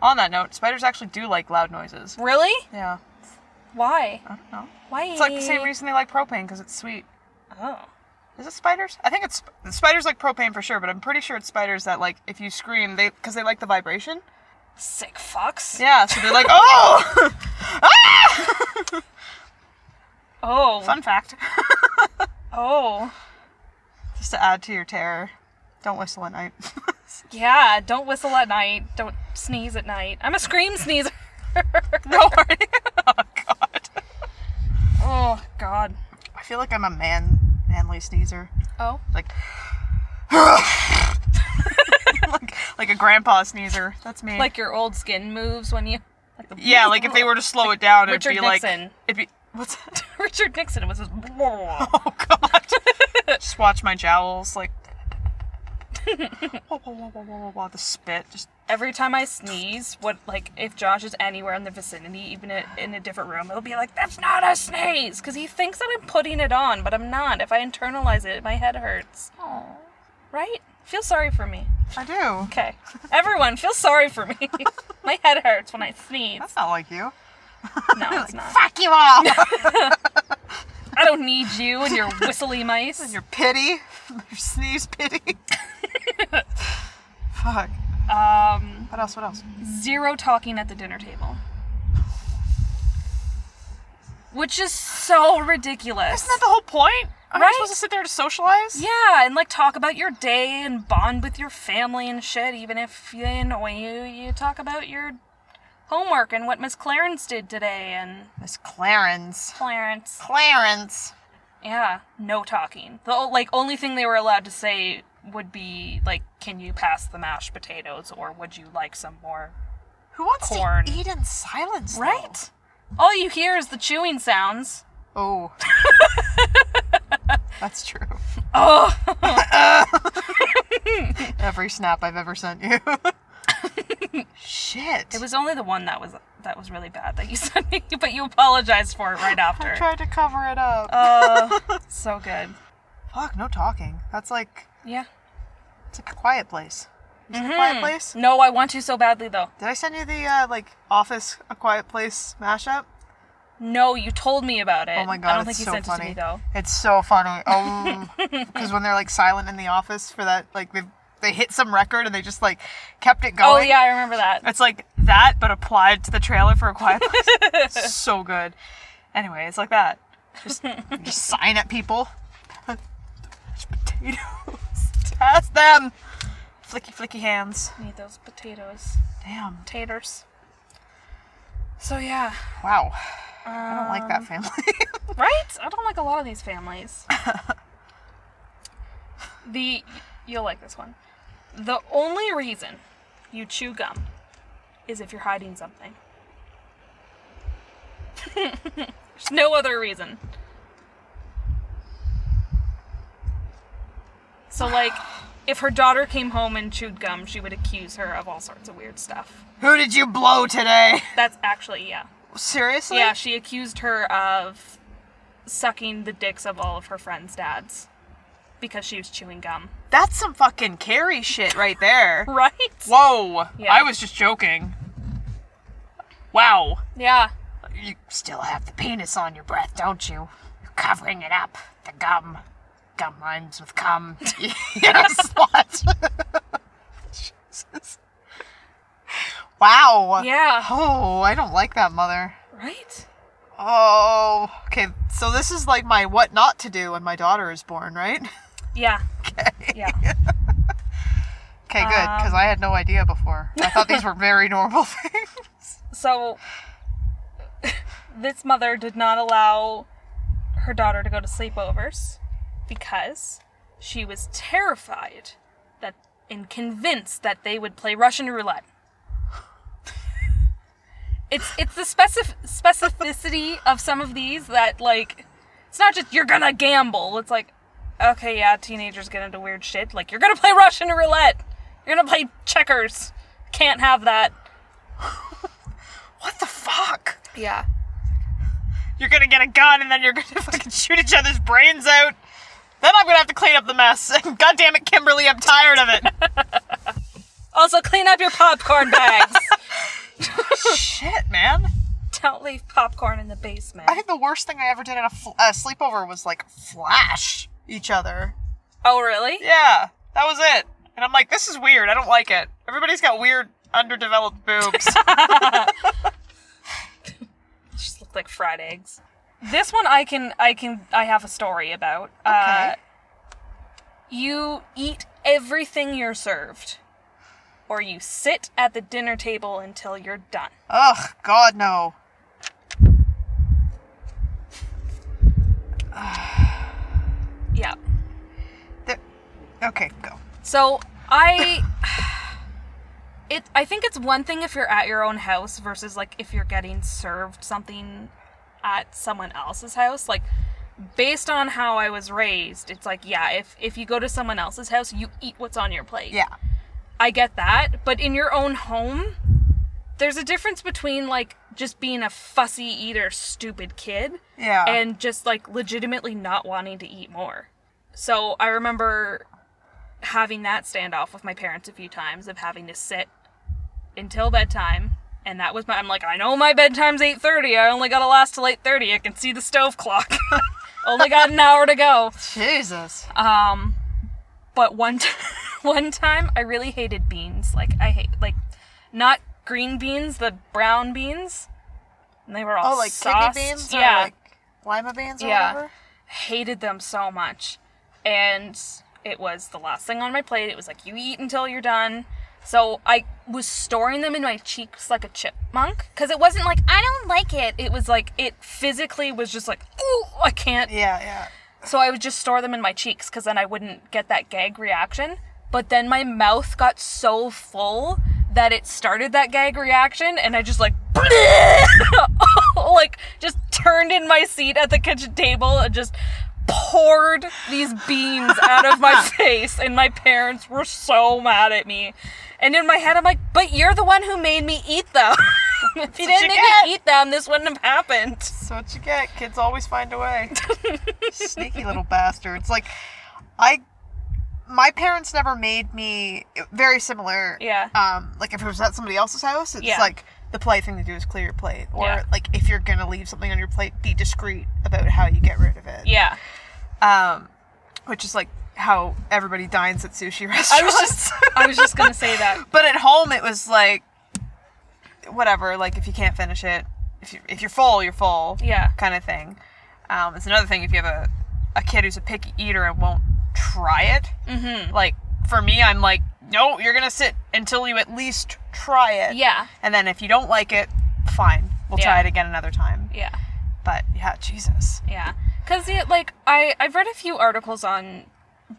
Speaker 2: On that note, spiders actually do like loud noises.
Speaker 1: Really?
Speaker 2: Yeah.
Speaker 1: Why?
Speaker 2: I don't know.
Speaker 1: Why?
Speaker 2: It's like the same reason they like propane, because it's sweet.
Speaker 1: Oh.
Speaker 2: Is it spiders? I think it's. sp- Spiders like propane for sure, but I'm pretty sure it's spiders that, like, if you scream, they. Because they like the vibration.
Speaker 1: Sick fucks.
Speaker 2: Yeah,
Speaker 1: *laughs*
Speaker 2: so they're like, oh!
Speaker 1: Oh.
Speaker 2: Fun fact. *laughs*
Speaker 1: Oh.
Speaker 2: Just to add to your terror. Don't whistle at night. *laughs*
Speaker 1: Yeah, don't whistle at night. Don't sneeze at night. I'm a scream sneezer. *laughs*
Speaker 2: no worry. *laughs* oh, God.
Speaker 1: oh, God.
Speaker 2: I feel like I'm a man manly sneezer.
Speaker 1: Oh.
Speaker 2: Like *laughs* like like a grandpa sneezer. That's me.
Speaker 1: Like your old skin moves when you. Like the, *laughs*
Speaker 2: yeah, like if they were to slow it down, it'd
Speaker 1: Richard
Speaker 2: be
Speaker 1: Nixon.
Speaker 2: like it'd be what's that? *laughs*
Speaker 1: Richard Nixon was just.
Speaker 2: Oh god. Just watch my jowls like Wah, wah, wah, wah, wah, wah, wah, the spit just
Speaker 1: *laughs* Every time I sneeze, what like if Josh is anywhere in the vicinity, even i- in a different room, it'll be like, "That's not a sneeze," because he thinks that I'm putting it on, but I'm not. If I internalize it, my head hurts. Right? Feel sorry for me.
Speaker 2: I do.
Speaker 1: Okay. Everyone, feel sorry for me. my head hurts when I sneeze.
Speaker 2: That's not like you.
Speaker 1: No, it's not.
Speaker 2: Fuck you
Speaker 1: *laughs*
Speaker 2: all.
Speaker 1: I don't need you and your whistly mice.
Speaker 2: Your pity. *laughs* Your
Speaker 1: *laughs*
Speaker 2: sneeze pity. Fuck.
Speaker 1: Um,
Speaker 2: What else? What else?
Speaker 1: zero talking at the dinner table. Which is so ridiculous.
Speaker 2: Isn't that the whole point? Are
Speaker 1: Right?
Speaker 2: you supposed to sit there to socialize?
Speaker 1: Yeah, and like talk about your day and bond with your family and shit. Even if they annoy you, you talk about your homework and what Miss Clarence did today and
Speaker 2: Miss Clarence.
Speaker 1: Clarence.
Speaker 2: Clarence.
Speaker 1: Yeah, no talking. The o- like only thing they were allowed to say would be like, "Can you pass the mashed potatoes?" or "Would you like some more?"
Speaker 2: Who wants
Speaker 1: Corn.
Speaker 2: to eat in silence? though?
Speaker 1: Right? Oh. All you hear is the chewing sounds.
Speaker 2: Oh. *laughs* That's true.
Speaker 1: Oh,
Speaker 2: Every snap I've ever sent you. *laughs* Shit.
Speaker 1: it was only the one that was that was really bad that you *laughs* sent me, but you apologized for it right
Speaker 2: *laughs* I
Speaker 1: after.
Speaker 2: tried to cover it up.
Speaker 1: Uh, so good.
Speaker 2: Fuck, no talking. That's like
Speaker 1: Yeah.
Speaker 2: it's like a quiet place. Is it a quiet place?
Speaker 1: No, I want to so badly though.
Speaker 2: Did I send you the uh, like office a quiet place mashup?
Speaker 1: No, you told me about it.
Speaker 2: Oh my god,
Speaker 1: I don't think
Speaker 2: it's
Speaker 1: you
Speaker 2: so
Speaker 1: sent
Speaker 2: funny.
Speaker 1: it to me though.
Speaker 2: It's so
Speaker 1: *laughs*
Speaker 2: funny. Oh, because when they're like silent in the office for that, like they they hit some record and they just like kept it
Speaker 1: Oh
Speaker 2: going.
Speaker 1: yeah, I remember that.
Speaker 2: *laughs* It's like that, but applied to the trailer for a quiet
Speaker 1: *laughs*
Speaker 2: place. so good. Anyway, it's like that. Just,
Speaker 1: *laughs*
Speaker 2: just sign at people. Potatoes. *laughs* Ask them. Flicky, flicky hands.
Speaker 1: Need those potatoes,
Speaker 2: Damn.
Speaker 1: taters. So yeah,
Speaker 2: Wow. I don't like
Speaker 1: Um,
Speaker 2: that family. *laughs*
Speaker 1: right? I don't like a lot of these families. the you'll like this one. The only reason you chew gum is if you're hiding something. *laughs* There's no other reason. So like if her daughter came home and chewed gum, she would accuse her of all sorts of weird stuff.
Speaker 2: Who did you blow today?
Speaker 1: That's actually yeah.
Speaker 2: Seriously?
Speaker 1: Yeah, she accused her of sucking the dicks of all of her friends' dads because she was chewing gum. *laughs*
Speaker 2: That's some fucking Carrie shit right there.
Speaker 1: Right?
Speaker 2: Whoa.
Speaker 1: Yeah.
Speaker 2: I was just joking. Wow.
Speaker 1: Yeah.
Speaker 2: You still have the penis on your breath, don't you? You're covering it up. The gum. Gum rhymes with cum. *laughs* you slut. Jesus. Wow.
Speaker 1: Yeah.
Speaker 2: Oh, I don't like that, mother.
Speaker 1: Right?
Speaker 2: Oh, okay. So this is like my what not to do when my daughter is born, right? *laughs*
Speaker 1: Yeah. Yeah.
Speaker 2: Okay, good, because I had no idea before. I thought these were very normal *laughs* things.
Speaker 1: So *sighs* this mother did not allow her daughter to go to sleepovers because she was terrified that and convinced that they would play Russian roulette. It's it's the specif- specificity of some of these that like it's not just you're gonna gamble. It's like okay, yeah, teenagers get into weird shit. Like you're gonna play Russian roulette. You're gonna play checkers. Can't have that.
Speaker 2: What the fuck?
Speaker 1: Yeah.
Speaker 2: You're gonna get a gun and then you're gonna *laughs* fucking shoot each other's brains out. Then I'm gonna have to clean up the mess. *laughs* God damn it, Kimberly, I'm tired of *laughs* it.
Speaker 1: Also, clean up your popcorn
Speaker 2: *laughs*
Speaker 1: bags.
Speaker 2: Shit, man.
Speaker 1: Don't leave popcorn in the basement.
Speaker 2: I think the worst thing I ever did at a fl- uh, sleepover was like flash each other.
Speaker 1: Oh, really?
Speaker 2: Yeah, that was it. And I'm like, this is weird. I don't like it. Everybody's got weird, underdeveloped *laughs* boobs.
Speaker 1: Just looked like fried eggs. This one I can I can I have a story about. Uh,
Speaker 2: Okay.
Speaker 1: you eat everything you're served, or you sit at the dinner table until you're done.
Speaker 2: Ugh, God, no.
Speaker 1: Yeah.
Speaker 2: There- okay, go.
Speaker 1: So I. *sighs* It, I think it's one thing if you're at your own house versus like if you're getting served something at someone else's house. Like based on how I was raised, it's like, yeah, if if you go to someone else's house, you eat what's on your plate.
Speaker 2: Yeah.
Speaker 1: I get that, but in your own home, there's a difference between like just being a fussy eater, stupid kid,
Speaker 2: Yeah.
Speaker 1: and just like legitimately not wanting to eat more. So I remember having that standoff with my parents a few times of having to sit until bedtime. And that was my. I'm like, I know my bedtime's 8:30. I only gotta last till 8:30. I can see the stove clock. *laughs* only got an hour to go.
Speaker 2: Jesus.
Speaker 1: Um, but one t- *laughs* one time I really hated beans. Like I hate like not green beans, the brown beans. And they were all
Speaker 2: oh, like
Speaker 1: sauced.
Speaker 2: kidney beans?
Speaker 1: Yeah,
Speaker 2: Or like lima beans or
Speaker 1: Yeah.
Speaker 2: whatever?
Speaker 1: hated them so much, and it was the last thing on my plate. It was like you eat until you're done. So I was storing them in my cheeks like a chipmunk because it wasn't like I don't like it. It was like it physically was just like oh I can't
Speaker 2: Yeah, yeah.
Speaker 1: So I would just store them in my cheeks because then I wouldn't get that gag reaction. But then my mouth got so full that it started that gag reaction, and I just like, *laughs* like just turned in my seat at the kitchen table and just poured these beans out of *laughs* my face. And my parents were so mad at me. And in my head, I'm like, but you're the one who made me eat them. *laughs* if you
Speaker 2: what
Speaker 1: didn't make
Speaker 2: you get.
Speaker 1: me eat them, this wouldn't have happened.
Speaker 2: That's what you get. Kids always find
Speaker 1: *laughs*
Speaker 2: a way. Sneaky little bastards. Like, I. My parents never made me very similar.
Speaker 1: Yeah.
Speaker 2: Um, like if it was at somebody else's house, it's
Speaker 1: Yeah.
Speaker 2: like the polite thing to do is clear your plate, or
Speaker 1: Yeah.
Speaker 2: like if you're gonna leave something on your plate, be discreet about how you get rid of it.
Speaker 1: Yeah.
Speaker 2: Um, which is like how everybody dines at sushi restaurants. *laughs*
Speaker 1: I was just, I was just gonna say that.
Speaker 2: But at home, it was like, whatever. Like if you can't finish it, if you if you're full, you're full.
Speaker 1: Yeah.
Speaker 2: Kind of thing. Um, it's another thing if you have a a kid who's a picky eater and won't try it. Mm-hmm. Like for me, I'm like, no, you're gonna sit until you at least try it.
Speaker 1: Yeah.
Speaker 2: And then if you don't like it, fine, we'll try
Speaker 1: Yeah.
Speaker 2: it again another time.
Speaker 1: *laughs* Yeah.
Speaker 2: But yeah, Jesus.
Speaker 1: Yeah. Cuz like I I've read a few articles on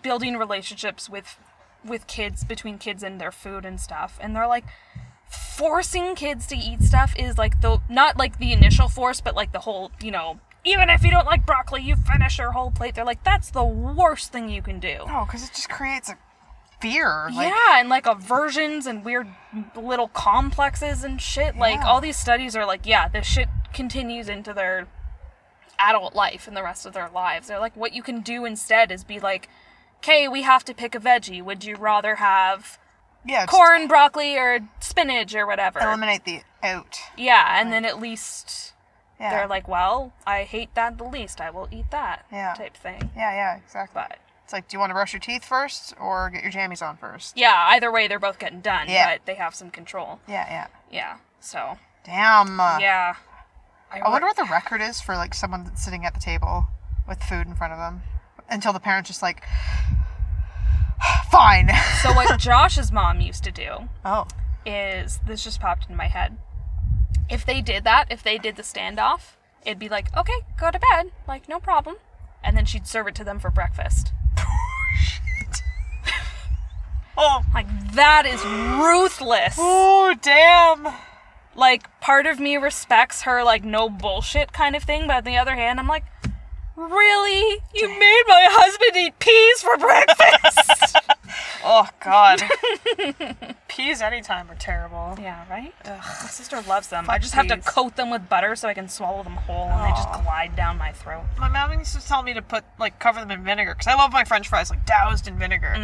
Speaker 1: building relationships with with kids between kids and their food and stuff and they're like forcing kids to eat stuff is like the not like the initial force but like the whole, you know, even if you don't like broccoli, you finish your whole plate. They're like that's the worst thing you can do.
Speaker 2: No, because it just creates a fear. Like,
Speaker 1: yeah, and like aversions and weird little complexes and shit. Like
Speaker 2: Yeah.
Speaker 1: all these studies are like, yeah, this shit continues into their adult life and the rest of their lives. They're like, what you can do instead is be like, okay, we have to pick a veggie. Would you rather have
Speaker 2: yeah, just
Speaker 1: corn, broccoli, or spinach or whatever?
Speaker 2: eliminate the out.
Speaker 1: yeah, and then at least
Speaker 2: Yeah.
Speaker 1: they're like, well, I hate that the least. I will eat that
Speaker 2: Yeah.
Speaker 1: type thing.
Speaker 2: Yeah, yeah, exactly.
Speaker 1: But
Speaker 2: It's like, do you want to brush your teeth first or get your jammies on first?
Speaker 1: yeah, either way, they're both getting done,
Speaker 2: Yeah.
Speaker 1: but they have some control.
Speaker 2: Yeah, yeah.
Speaker 1: Yeah, so.
Speaker 2: Damn. uh,
Speaker 1: Yeah. Oh,
Speaker 2: I wonder what the record is for like someone that's sitting at the table with food in front of them until the parent's just like, *sighs*
Speaker 1: *laughs*
Speaker 2: fine.
Speaker 1: so what Josh's mom used to do
Speaker 2: Oh.
Speaker 1: is this just popped in my head. If they did that, if they did the standoff, it'd be like, okay, go to bed, like no problem, and then she'd serve it to them for breakfast.
Speaker 2: Oh.
Speaker 1: Like that is ruthless.
Speaker 2: Oh, damn.
Speaker 1: Like part of me respects her like no bullshit kind of thing, but on the other hand, I'm like, really, you made my husband eat peas for breakfast?
Speaker 2: Oh,
Speaker 1: *laughs*
Speaker 2: God. Peas anytime are terrible.
Speaker 1: yeah, right.
Speaker 2: Ugh.
Speaker 1: My sister loves them. I
Speaker 2: Fuck
Speaker 1: just have to
Speaker 2: these.
Speaker 1: coat them with butter so I can swallow them whole and they
Speaker 2: Aw.
Speaker 1: just glide down my throat.
Speaker 2: My mom used to tell me to put, like, cover them in vinegar because I love my french fries, like, doused in vinegar.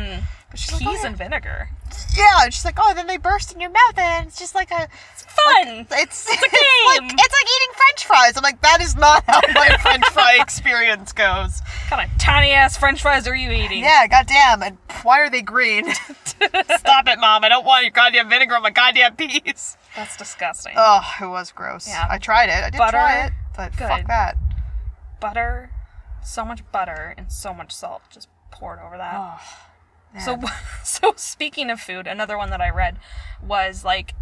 Speaker 2: But she's like,
Speaker 1: Mm. Peas
Speaker 2: "Oh,
Speaker 1: and vinegar.
Speaker 2: Yeah, and she's like, oh, then they burst in your mouth, and it's just like a,
Speaker 1: It's fun.
Speaker 2: it's it's,
Speaker 1: game.
Speaker 2: like it's like eating French fries. I'm like, that is not how *laughs* my French fry experience goes.
Speaker 1: kind of tiny ass French fries are you eating?
Speaker 2: Yeah, goddamn, and why are they *laughs* green? Stop it, mom! I don't want your goddamn vinegar on my goddamn peas.
Speaker 1: That's disgusting.
Speaker 2: Oh, it was gross.
Speaker 1: Yeah.
Speaker 2: I tried it. I did
Speaker 1: Butter.
Speaker 2: try it, but fuck
Speaker 1: Good.
Speaker 2: that.
Speaker 1: butter, so much butter and so much salt just poured over that.
Speaker 2: Oh,
Speaker 1: So, *laughs* so speaking of food, another one that I read was like,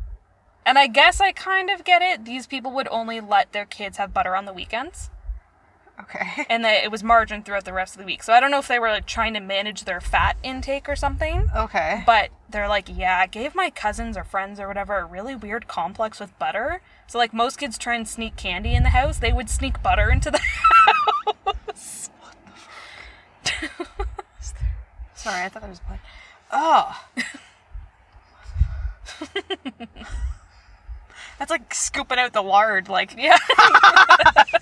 Speaker 1: and I guess I kind of get it. These people would only let their kids have butter on the weekends,
Speaker 2: Okay. *laughs*
Speaker 1: and that it was margin throughout the rest of the week. So I don't know if they were like trying to manage their fat intake or something.
Speaker 2: Okay.
Speaker 1: But they're like, yeah, I gave my cousins or friends or whatever a really weird complex with butter. *laughs* So like most kids try and sneak candy in the house, they would sneak butter into the house.
Speaker 2: Sorry, I thought there was blood. Oh. *laughs* That's like scooping out the lard, like
Speaker 1: Yeah.
Speaker 2: *laughs* try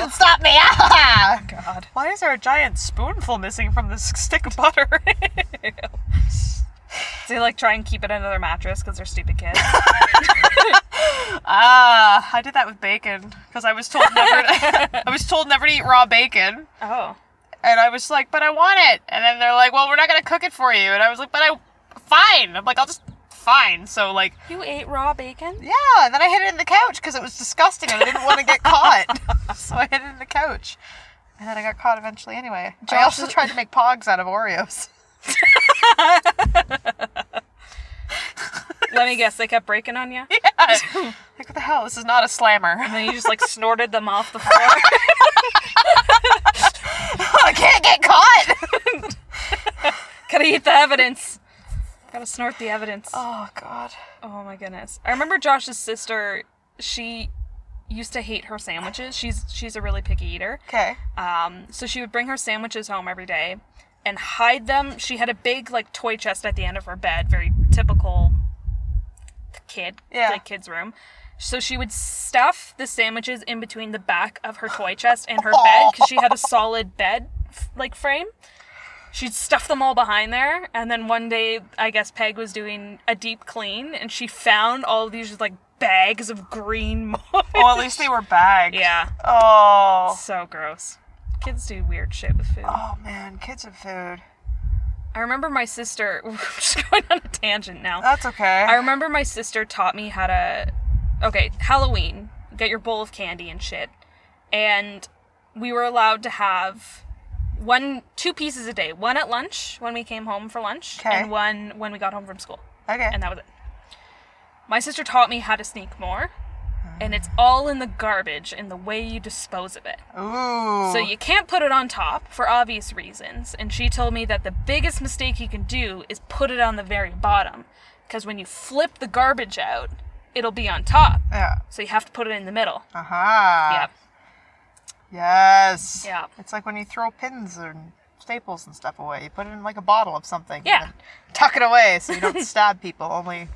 Speaker 2: and stop me! Ah! God, why is there a giant spoonful missing from this stick of butter?
Speaker 1: *laughs*
Speaker 2: *laughs*
Speaker 1: they like try and keep it under their mattress because they're stupid kids.
Speaker 2: ah, I did that with bacon because I was told never. I was told never to *laughs* eat raw bacon,
Speaker 1: *laughs* oh.
Speaker 2: and I was like, "But I want it." And then they're like, "Well, we're not gonna cook it for you," and I was like, "But I, fine." I'm like, "I'll just fine." So like,
Speaker 1: You ate raw bacon?
Speaker 2: Yeah, and then I hid it in the couch because it was disgusting and I didn't want to get caught. *laughs* so I hid it in the couch. And then I got caught eventually anyway. I
Speaker 1: Josh
Speaker 2: also
Speaker 1: is-
Speaker 2: tried to make pogs out of Oreos. *laughs*
Speaker 1: Let me guess, they kept breaking on you?
Speaker 2: like, what the hell? This is not a slammer. *laughs*
Speaker 1: And then you just like snorted them off the floor. *laughs*
Speaker 2: I can't get caught! *laughs*
Speaker 1: Gotta eat the evidence. Gotta snort the evidence.
Speaker 2: oh, God.
Speaker 1: Oh my goodness. I remember Josh's sister, she used to hate her sandwiches. She's she's a really picky eater.
Speaker 2: Okay.
Speaker 1: Um, so she would bring her sandwiches home every day and hide them. She had a big like toy chest at the end of her bed, very typical kid
Speaker 2: Yeah.
Speaker 1: like kid's room. So she would stuff the sandwiches in between the back of her toy chest and her bed because she had a solid bed f- like frame. She'd stuff them all behind there, and then one day, I guess Peg was doing a deep clean, and she found all these like bags of green *laughs* mold.
Speaker 2: Well, at least they were bagged.
Speaker 1: yeah,
Speaker 2: Oh.
Speaker 1: so gross. Kids do weird shit with food.
Speaker 2: Oh, man. Kids and food.
Speaker 1: I remember my sister. *laughs* We're just going on a tangent now.
Speaker 2: That's okay.
Speaker 1: I remember my sister taught me how to. Okay, Halloween. Get your bowl of candy and shit. And we were allowed to have one, two pieces a day. One at lunch when we came home for lunch,
Speaker 2: Okay.
Speaker 1: and one when we got home from school.
Speaker 2: okay.
Speaker 1: And that was it. My sister taught me how to sneak more. And it's
Speaker 2: Ah.
Speaker 1: all in the garbage and the way you dispose of it.
Speaker 2: Ooh.
Speaker 1: So you can't put it on top for obvious reasons. And she told me that the biggest mistake you can do is put it on the very bottom. Because when you flip the garbage out, it'll be on top.
Speaker 2: Yeah.
Speaker 1: So you have to put it in the middle.
Speaker 2: Aha.
Speaker 1: Yep.
Speaker 2: Yes.
Speaker 1: Yeah.
Speaker 2: It's like when you throw pins and staples and stuff away. You put it in like a bottle of something. and
Speaker 1: Yeah.
Speaker 2: then tuck it away so you don't *laughs* stab people. Only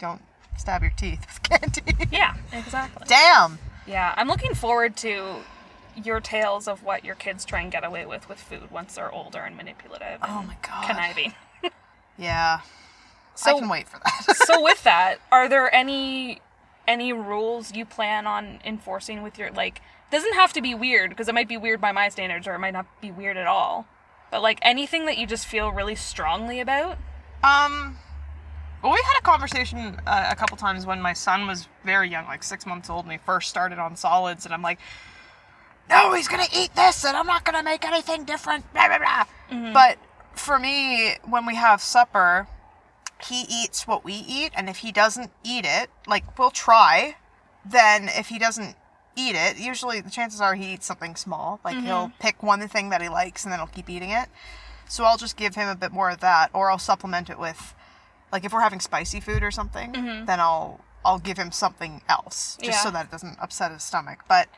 Speaker 2: don't stab your teeth with *laughs* candy.
Speaker 1: Yeah, exactly.
Speaker 2: Damn.
Speaker 1: Yeah, I'm looking forward to your tales of what your kids try and get away with with food once they're older and manipulative and
Speaker 2: Oh my god.
Speaker 1: conniving.
Speaker 2: Yeah.
Speaker 1: So-
Speaker 2: I can wait for that. *laughs*
Speaker 1: so with that, are there any any rules you plan on enforcing with your like doesn't have to be weird because it might be weird by my standards or it might not be weird at all. But like anything that you just feel really strongly about?
Speaker 2: um. Well, we had a conversation uh, a couple times when my son was very young, like six months old, and he first started on solids, and I'm like, no, he's gonna eat this, and I'm not gonna make anything different, blah blah blah. But for me, when we have supper, he eats what we eat, and if he doesn't eat it, like we'll try. Then if he doesn't eat it, usually the chances are he eats something small. Like he'll pick one thing that he likes, and then he'll keep eating it. So I'll just give him a bit more of that, or I'll supplement it with, like if we're having spicy food or something, then I'll I'll give him something else just
Speaker 1: Yeah.
Speaker 2: so that it doesn't upset his stomach. But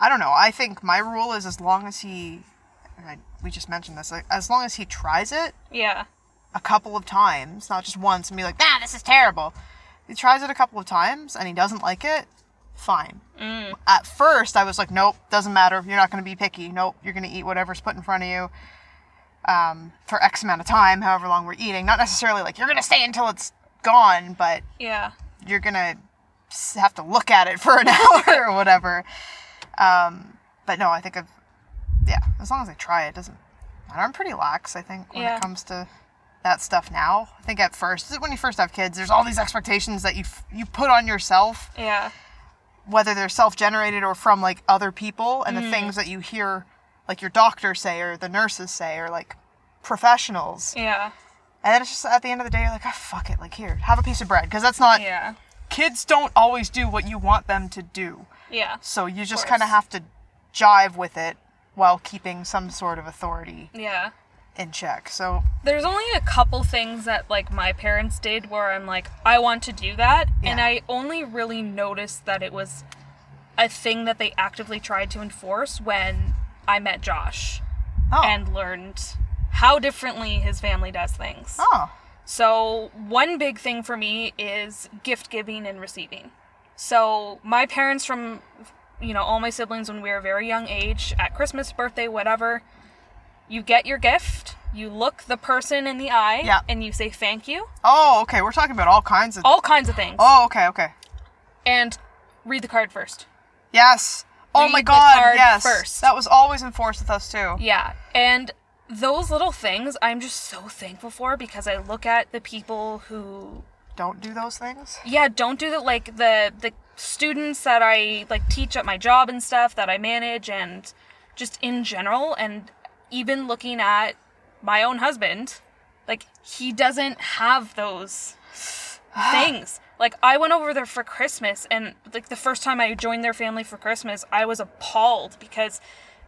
Speaker 2: I don't know. I think my rule is as long as he, and I, we just mentioned this, like, as long as he tries it
Speaker 1: Yeah.
Speaker 2: a couple of times, not just once, and be like, nah, this is terrible. He tries it a couple of times and he doesn't like it, fine. At first, I was like, nope, doesn't matter. You're not going to be picky. Nope, you're going to eat whatever's put in front of you um, for X amount of time, however long we're eating. Not necessarily like, you're going to stay until it's gone, but
Speaker 1: Yeah.
Speaker 2: you're gonna s- have to look at it for an *laughs* hour or whatever. Um, but no, I think of yeah, as long as I try, it doesn't. matter. I'm pretty lax, I think, when
Speaker 1: Yeah.
Speaker 2: it comes to that stuff now. I think at first, when you first have kids, there's all these expectations that you f- you put on yourself,
Speaker 1: Yeah.
Speaker 2: whether they're self-generated or from like other people,
Speaker 1: Mm-hmm.
Speaker 2: and the things that you hear, like your doctor say or the nurses say or like professionals.
Speaker 1: Yeah.
Speaker 2: And then it's just at the end of the day, you're like, oh, fuck it, like here, have a piece of bread, because that's not
Speaker 1: Yeah.
Speaker 2: kids don't always do what you want them to do.
Speaker 1: Yeah.
Speaker 2: So you just
Speaker 1: course.
Speaker 2: kind of have to jive with it while keeping some sort of authority
Speaker 1: Yeah.
Speaker 2: in check. So,
Speaker 1: There's only a couple things that like my parents did where I'm like, I want to do that. And
Speaker 2: Yeah.
Speaker 1: I only really noticed that it was a thing that they actively tried to enforce when I met Josh.
Speaker 2: oh,
Speaker 1: and learned how differently his family does things.
Speaker 2: Oh.
Speaker 1: So, one big thing for me is gift giving and receiving. So, my parents, from you know, all my siblings when we were a very young age, at Christmas, birthday, whatever, you get your gift, you look the person in the eye,
Speaker 2: Yeah.
Speaker 1: and you say thank you.
Speaker 2: Oh, okay. We're talking about all kinds of.
Speaker 1: All kinds of things.
Speaker 2: Oh, okay, okay.
Speaker 1: And read the card first.
Speaker 2: Yes. Oh
Speaker 1: Read
Speaker 2: my
Speaker 1: the
Speaker 2: God.
Speaker 1: card
Speaker 2: yes.
Speaker 1: first.
Speaker 2: That was always enforced with us too.
Speaker 1: Yeah. And those little things I'm just so thankful for because I look at the people who
Speaker 2: Don't do those things.
Speaker 1: yeah don't do that like the the students that i like teach at my job and stuff that i manage and just in general and even looking at my own husband like he doesn't have
Speaker 2: *sighs*
Speaker 1: those things like i went over there for christmas and like the first time i joined their family for christmas i was appalled because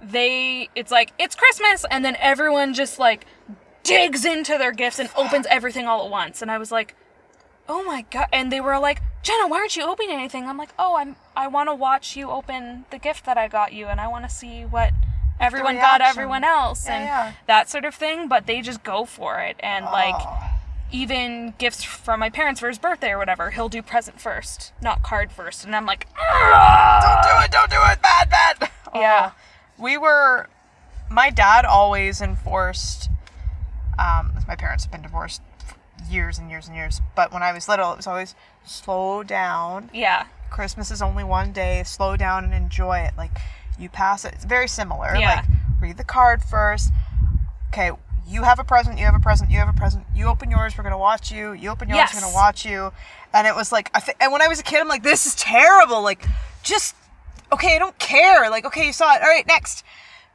Speaker 1: they it's like it's christmas and then everyone just like digs into their gifts and opens everything all at once and i was like oh my god and they were like jenna why aren't you opening anything i'm like oh i'm i want to watch you open the gift that i got you and i want to see what everyone got
Speaker 2: reaction.
Speaker 1: everyone else
Speaker 2: Yeah,
Speaker 1: and
Speaker 2: yeah.
Speaker 1: that sort of thing but they just go for it and like
Speaker 2: Oh.
Speaker 1: even gifts from my parents for his birthday or whatever he'll do present first not card first and i'm like "Ah!"
Speaker 2: Don't do it. Don't do it. Bad, bad.
Speaker 1: yeah
Speaker 2: we were my dad always enforced um, my parents have been divorced for years and years and years but when i was little it was always slow down
Speaker 1: yeah
Speaker 2: christmas is only one day slow down and enjoy it like you pass it it's very similar
Speaker 1: Yeah.
Speaker 2: like read the card first okay you have a present you have a present you have a present you open yours we're gonna watch you you open yours we're
Speaker 1: Yes.
Speaker 2: gonna watch you and it was like I th- and when i was a kid i'm like this is terrible like just okay i don't care like okay you saw it all right next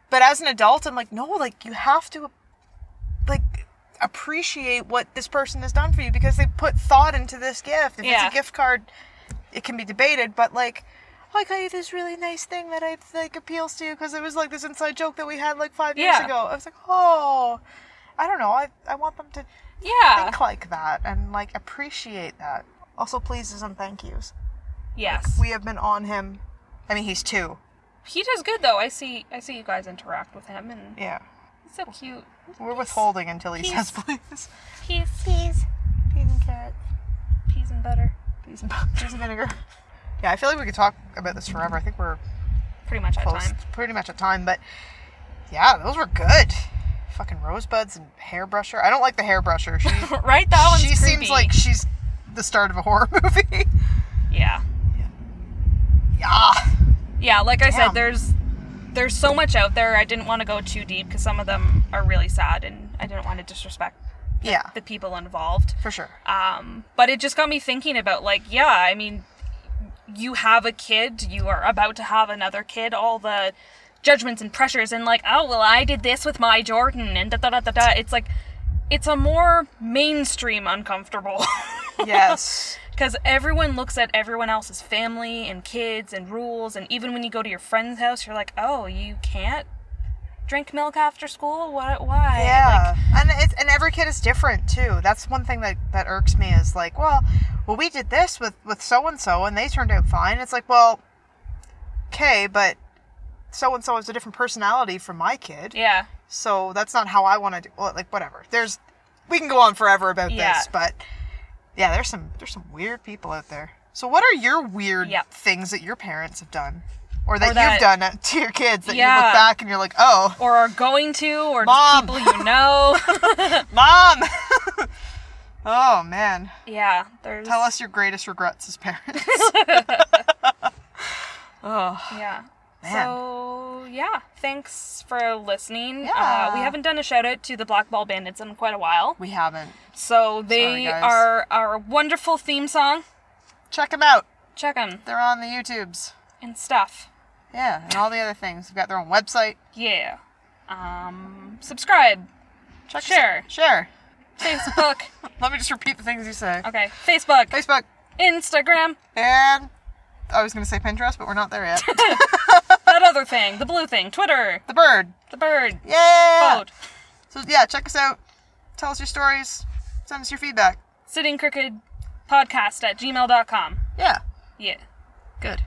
Speaker 2: but as an adult i'm like no like you have to like appreciate what this person has done for you because they put thought into this gift if
Speaker 1: Yeah.
Speaker 2: it's a gift card it can be debated but like "Oh, I got you this really nice thing that I like appeals to you because it was like this inside joke that we had like five years
Speaker 1: Yeah.
Speaker 2: ago. I was like, oh, I don't know. I, I want them to
Speaker 1: yeah
Speaker 2: think like that and like appreciate that. Also, pleases and thank yous.
Speaker 1: yes
Speaker 2: We have been on him. I mean, he's two.
Speaker 1: he does good though i see i see you guys interact with him and
Speaker 2: Yeah.
Speaker 1: he's so cute
Speaker 2: We're withholding until he says
Speaker 1: He's-
Speaker 2: *laughs* please.
Speaker 1: peas peas
Speaker 2: Peas and carrots.
Speaker 1: peas and butter
Speaker 2: Peas and, peas and vinegar. Yeah, I feel like we could talk about this forever. I think we're
Speaker 1: pretty much at
Speaker 2: close,
Speaker 1: time *laughs*
Speaker 2: pretty much at time, but yeah, those were good. Fucking rosebuds and hairbrusher. I don't like the hairbrusher. She,
Speaker 1: right *laughs* that one's
Speaker 2: she
Speaker 1: creepy.
Speaker 2: seems like she's the start of a horror *laughs* movie.
Speaker 1: yeah
Speaker 2: yeah.
Speaker 1: Yeah, like I
Speaker 2: Damn.
Speaker 1: said, there's there's so much out there. I didn't want to go too deep because some of them are really sad, and I didn't want to disrespect
Speaker 2: Yeah,
Speaker 1: the people involved.
Speaker 2: for sure.
Speaker 1: Um, but it just got me thinking about like, yeah, I mean, you have a kid, you are about to have another kid, all the judgments and pressures, and like, oh well, I did this with my Jordan, and da da da da da. It's like, it's a more mainstream uncomfortable. *laughs*
Speaker 2: Yes.
Speaker 1: Because everyone looks at everyone else's family and kids and rules, and even when you go to your friend's house, you're like, oh, you can't drink milk after school? What? Why?
Speaker 2: Yeah, and it's, and every kid is different too. That's one thing that, that irks me is like, well, well, we did this with with so and so, and they turned out fine. It's like, well, okay, but so and so is a different personality from my kid,
Speaker 1: Like, yeah.
Speaker 2: so that's not how I want to do. Well, like whatever. There's we can go on forever about
Speaker 1: Yeah.
Speaker 2: this, but yeah, there's some there's some weird people out there. So what are your weird
Speaker 1: Yep.
Speaker 2: things that your parents have done, or that,
Speaker 1: that-
Speaker 2: you've done uh, to your kids that you
Speaker 1: Yeah.
Speaker 2: look back and you're like, oh,
Speaker 1: Or are going to, or
Speaker 2: Mom.
Speaker 1: just people you know. *laughs*
Speaker 2: Mom! *laughs* oh, man.
Speaker 1: yeah. There's.
Speaker 2: Tell us your greatest regrets
Speaker 1: *laughs*
Speaker 2: as parents. oh.
Speaker 1: Yeah.
Speaker 2: Man.
Speaker 1: So yeah, thanks for listening. Uh, we
Speaker 2: Yeah.
Speaker 1: haven't done a shout out to the Black Ball Bandits in quite a while,
Speaker 2: We haven't.
Speaker 1: so they
Speaker 2: guys.
Speaker 1: are our wonderful theme song.
Speaker 2: Check them out.
Speaker 1: Check them
Speaker 2: They're on the YouTubes.
Speaker 1: and stuff.
Speaker 2: Yeah, and all the other things. They've got their own website.
Speaker 1: Yeah. Um, subscribe.
Speaker 2: Check us-
Speaker 1: Sure.
Speaker 2: Sure.
Speaker 1: Facebook.
Speaker 2: Let me just repeat the things you say.
Speaker 1: okay. Facebook.
Speaker 2: Facebook
Speaker 1: Instagram.
Speaker 2: and I was going to say Pinterest, but we're not there yet.
Speaker 1: That other thing. The blue thing. Twitter.
Speaker 2: the bird.
Speaker 1: The bird.
Speaker 2: Yeah.
Speaker 1: Vote.
Speaker 2: So yeah, check us out. Tell us your stories. Send us your feedback.
Speaker 1: Sitting Crooked Podcast at gmail.com.
Speaker 2: Yeah.
Speaker 1: Yeah.
Speaker 2: Good.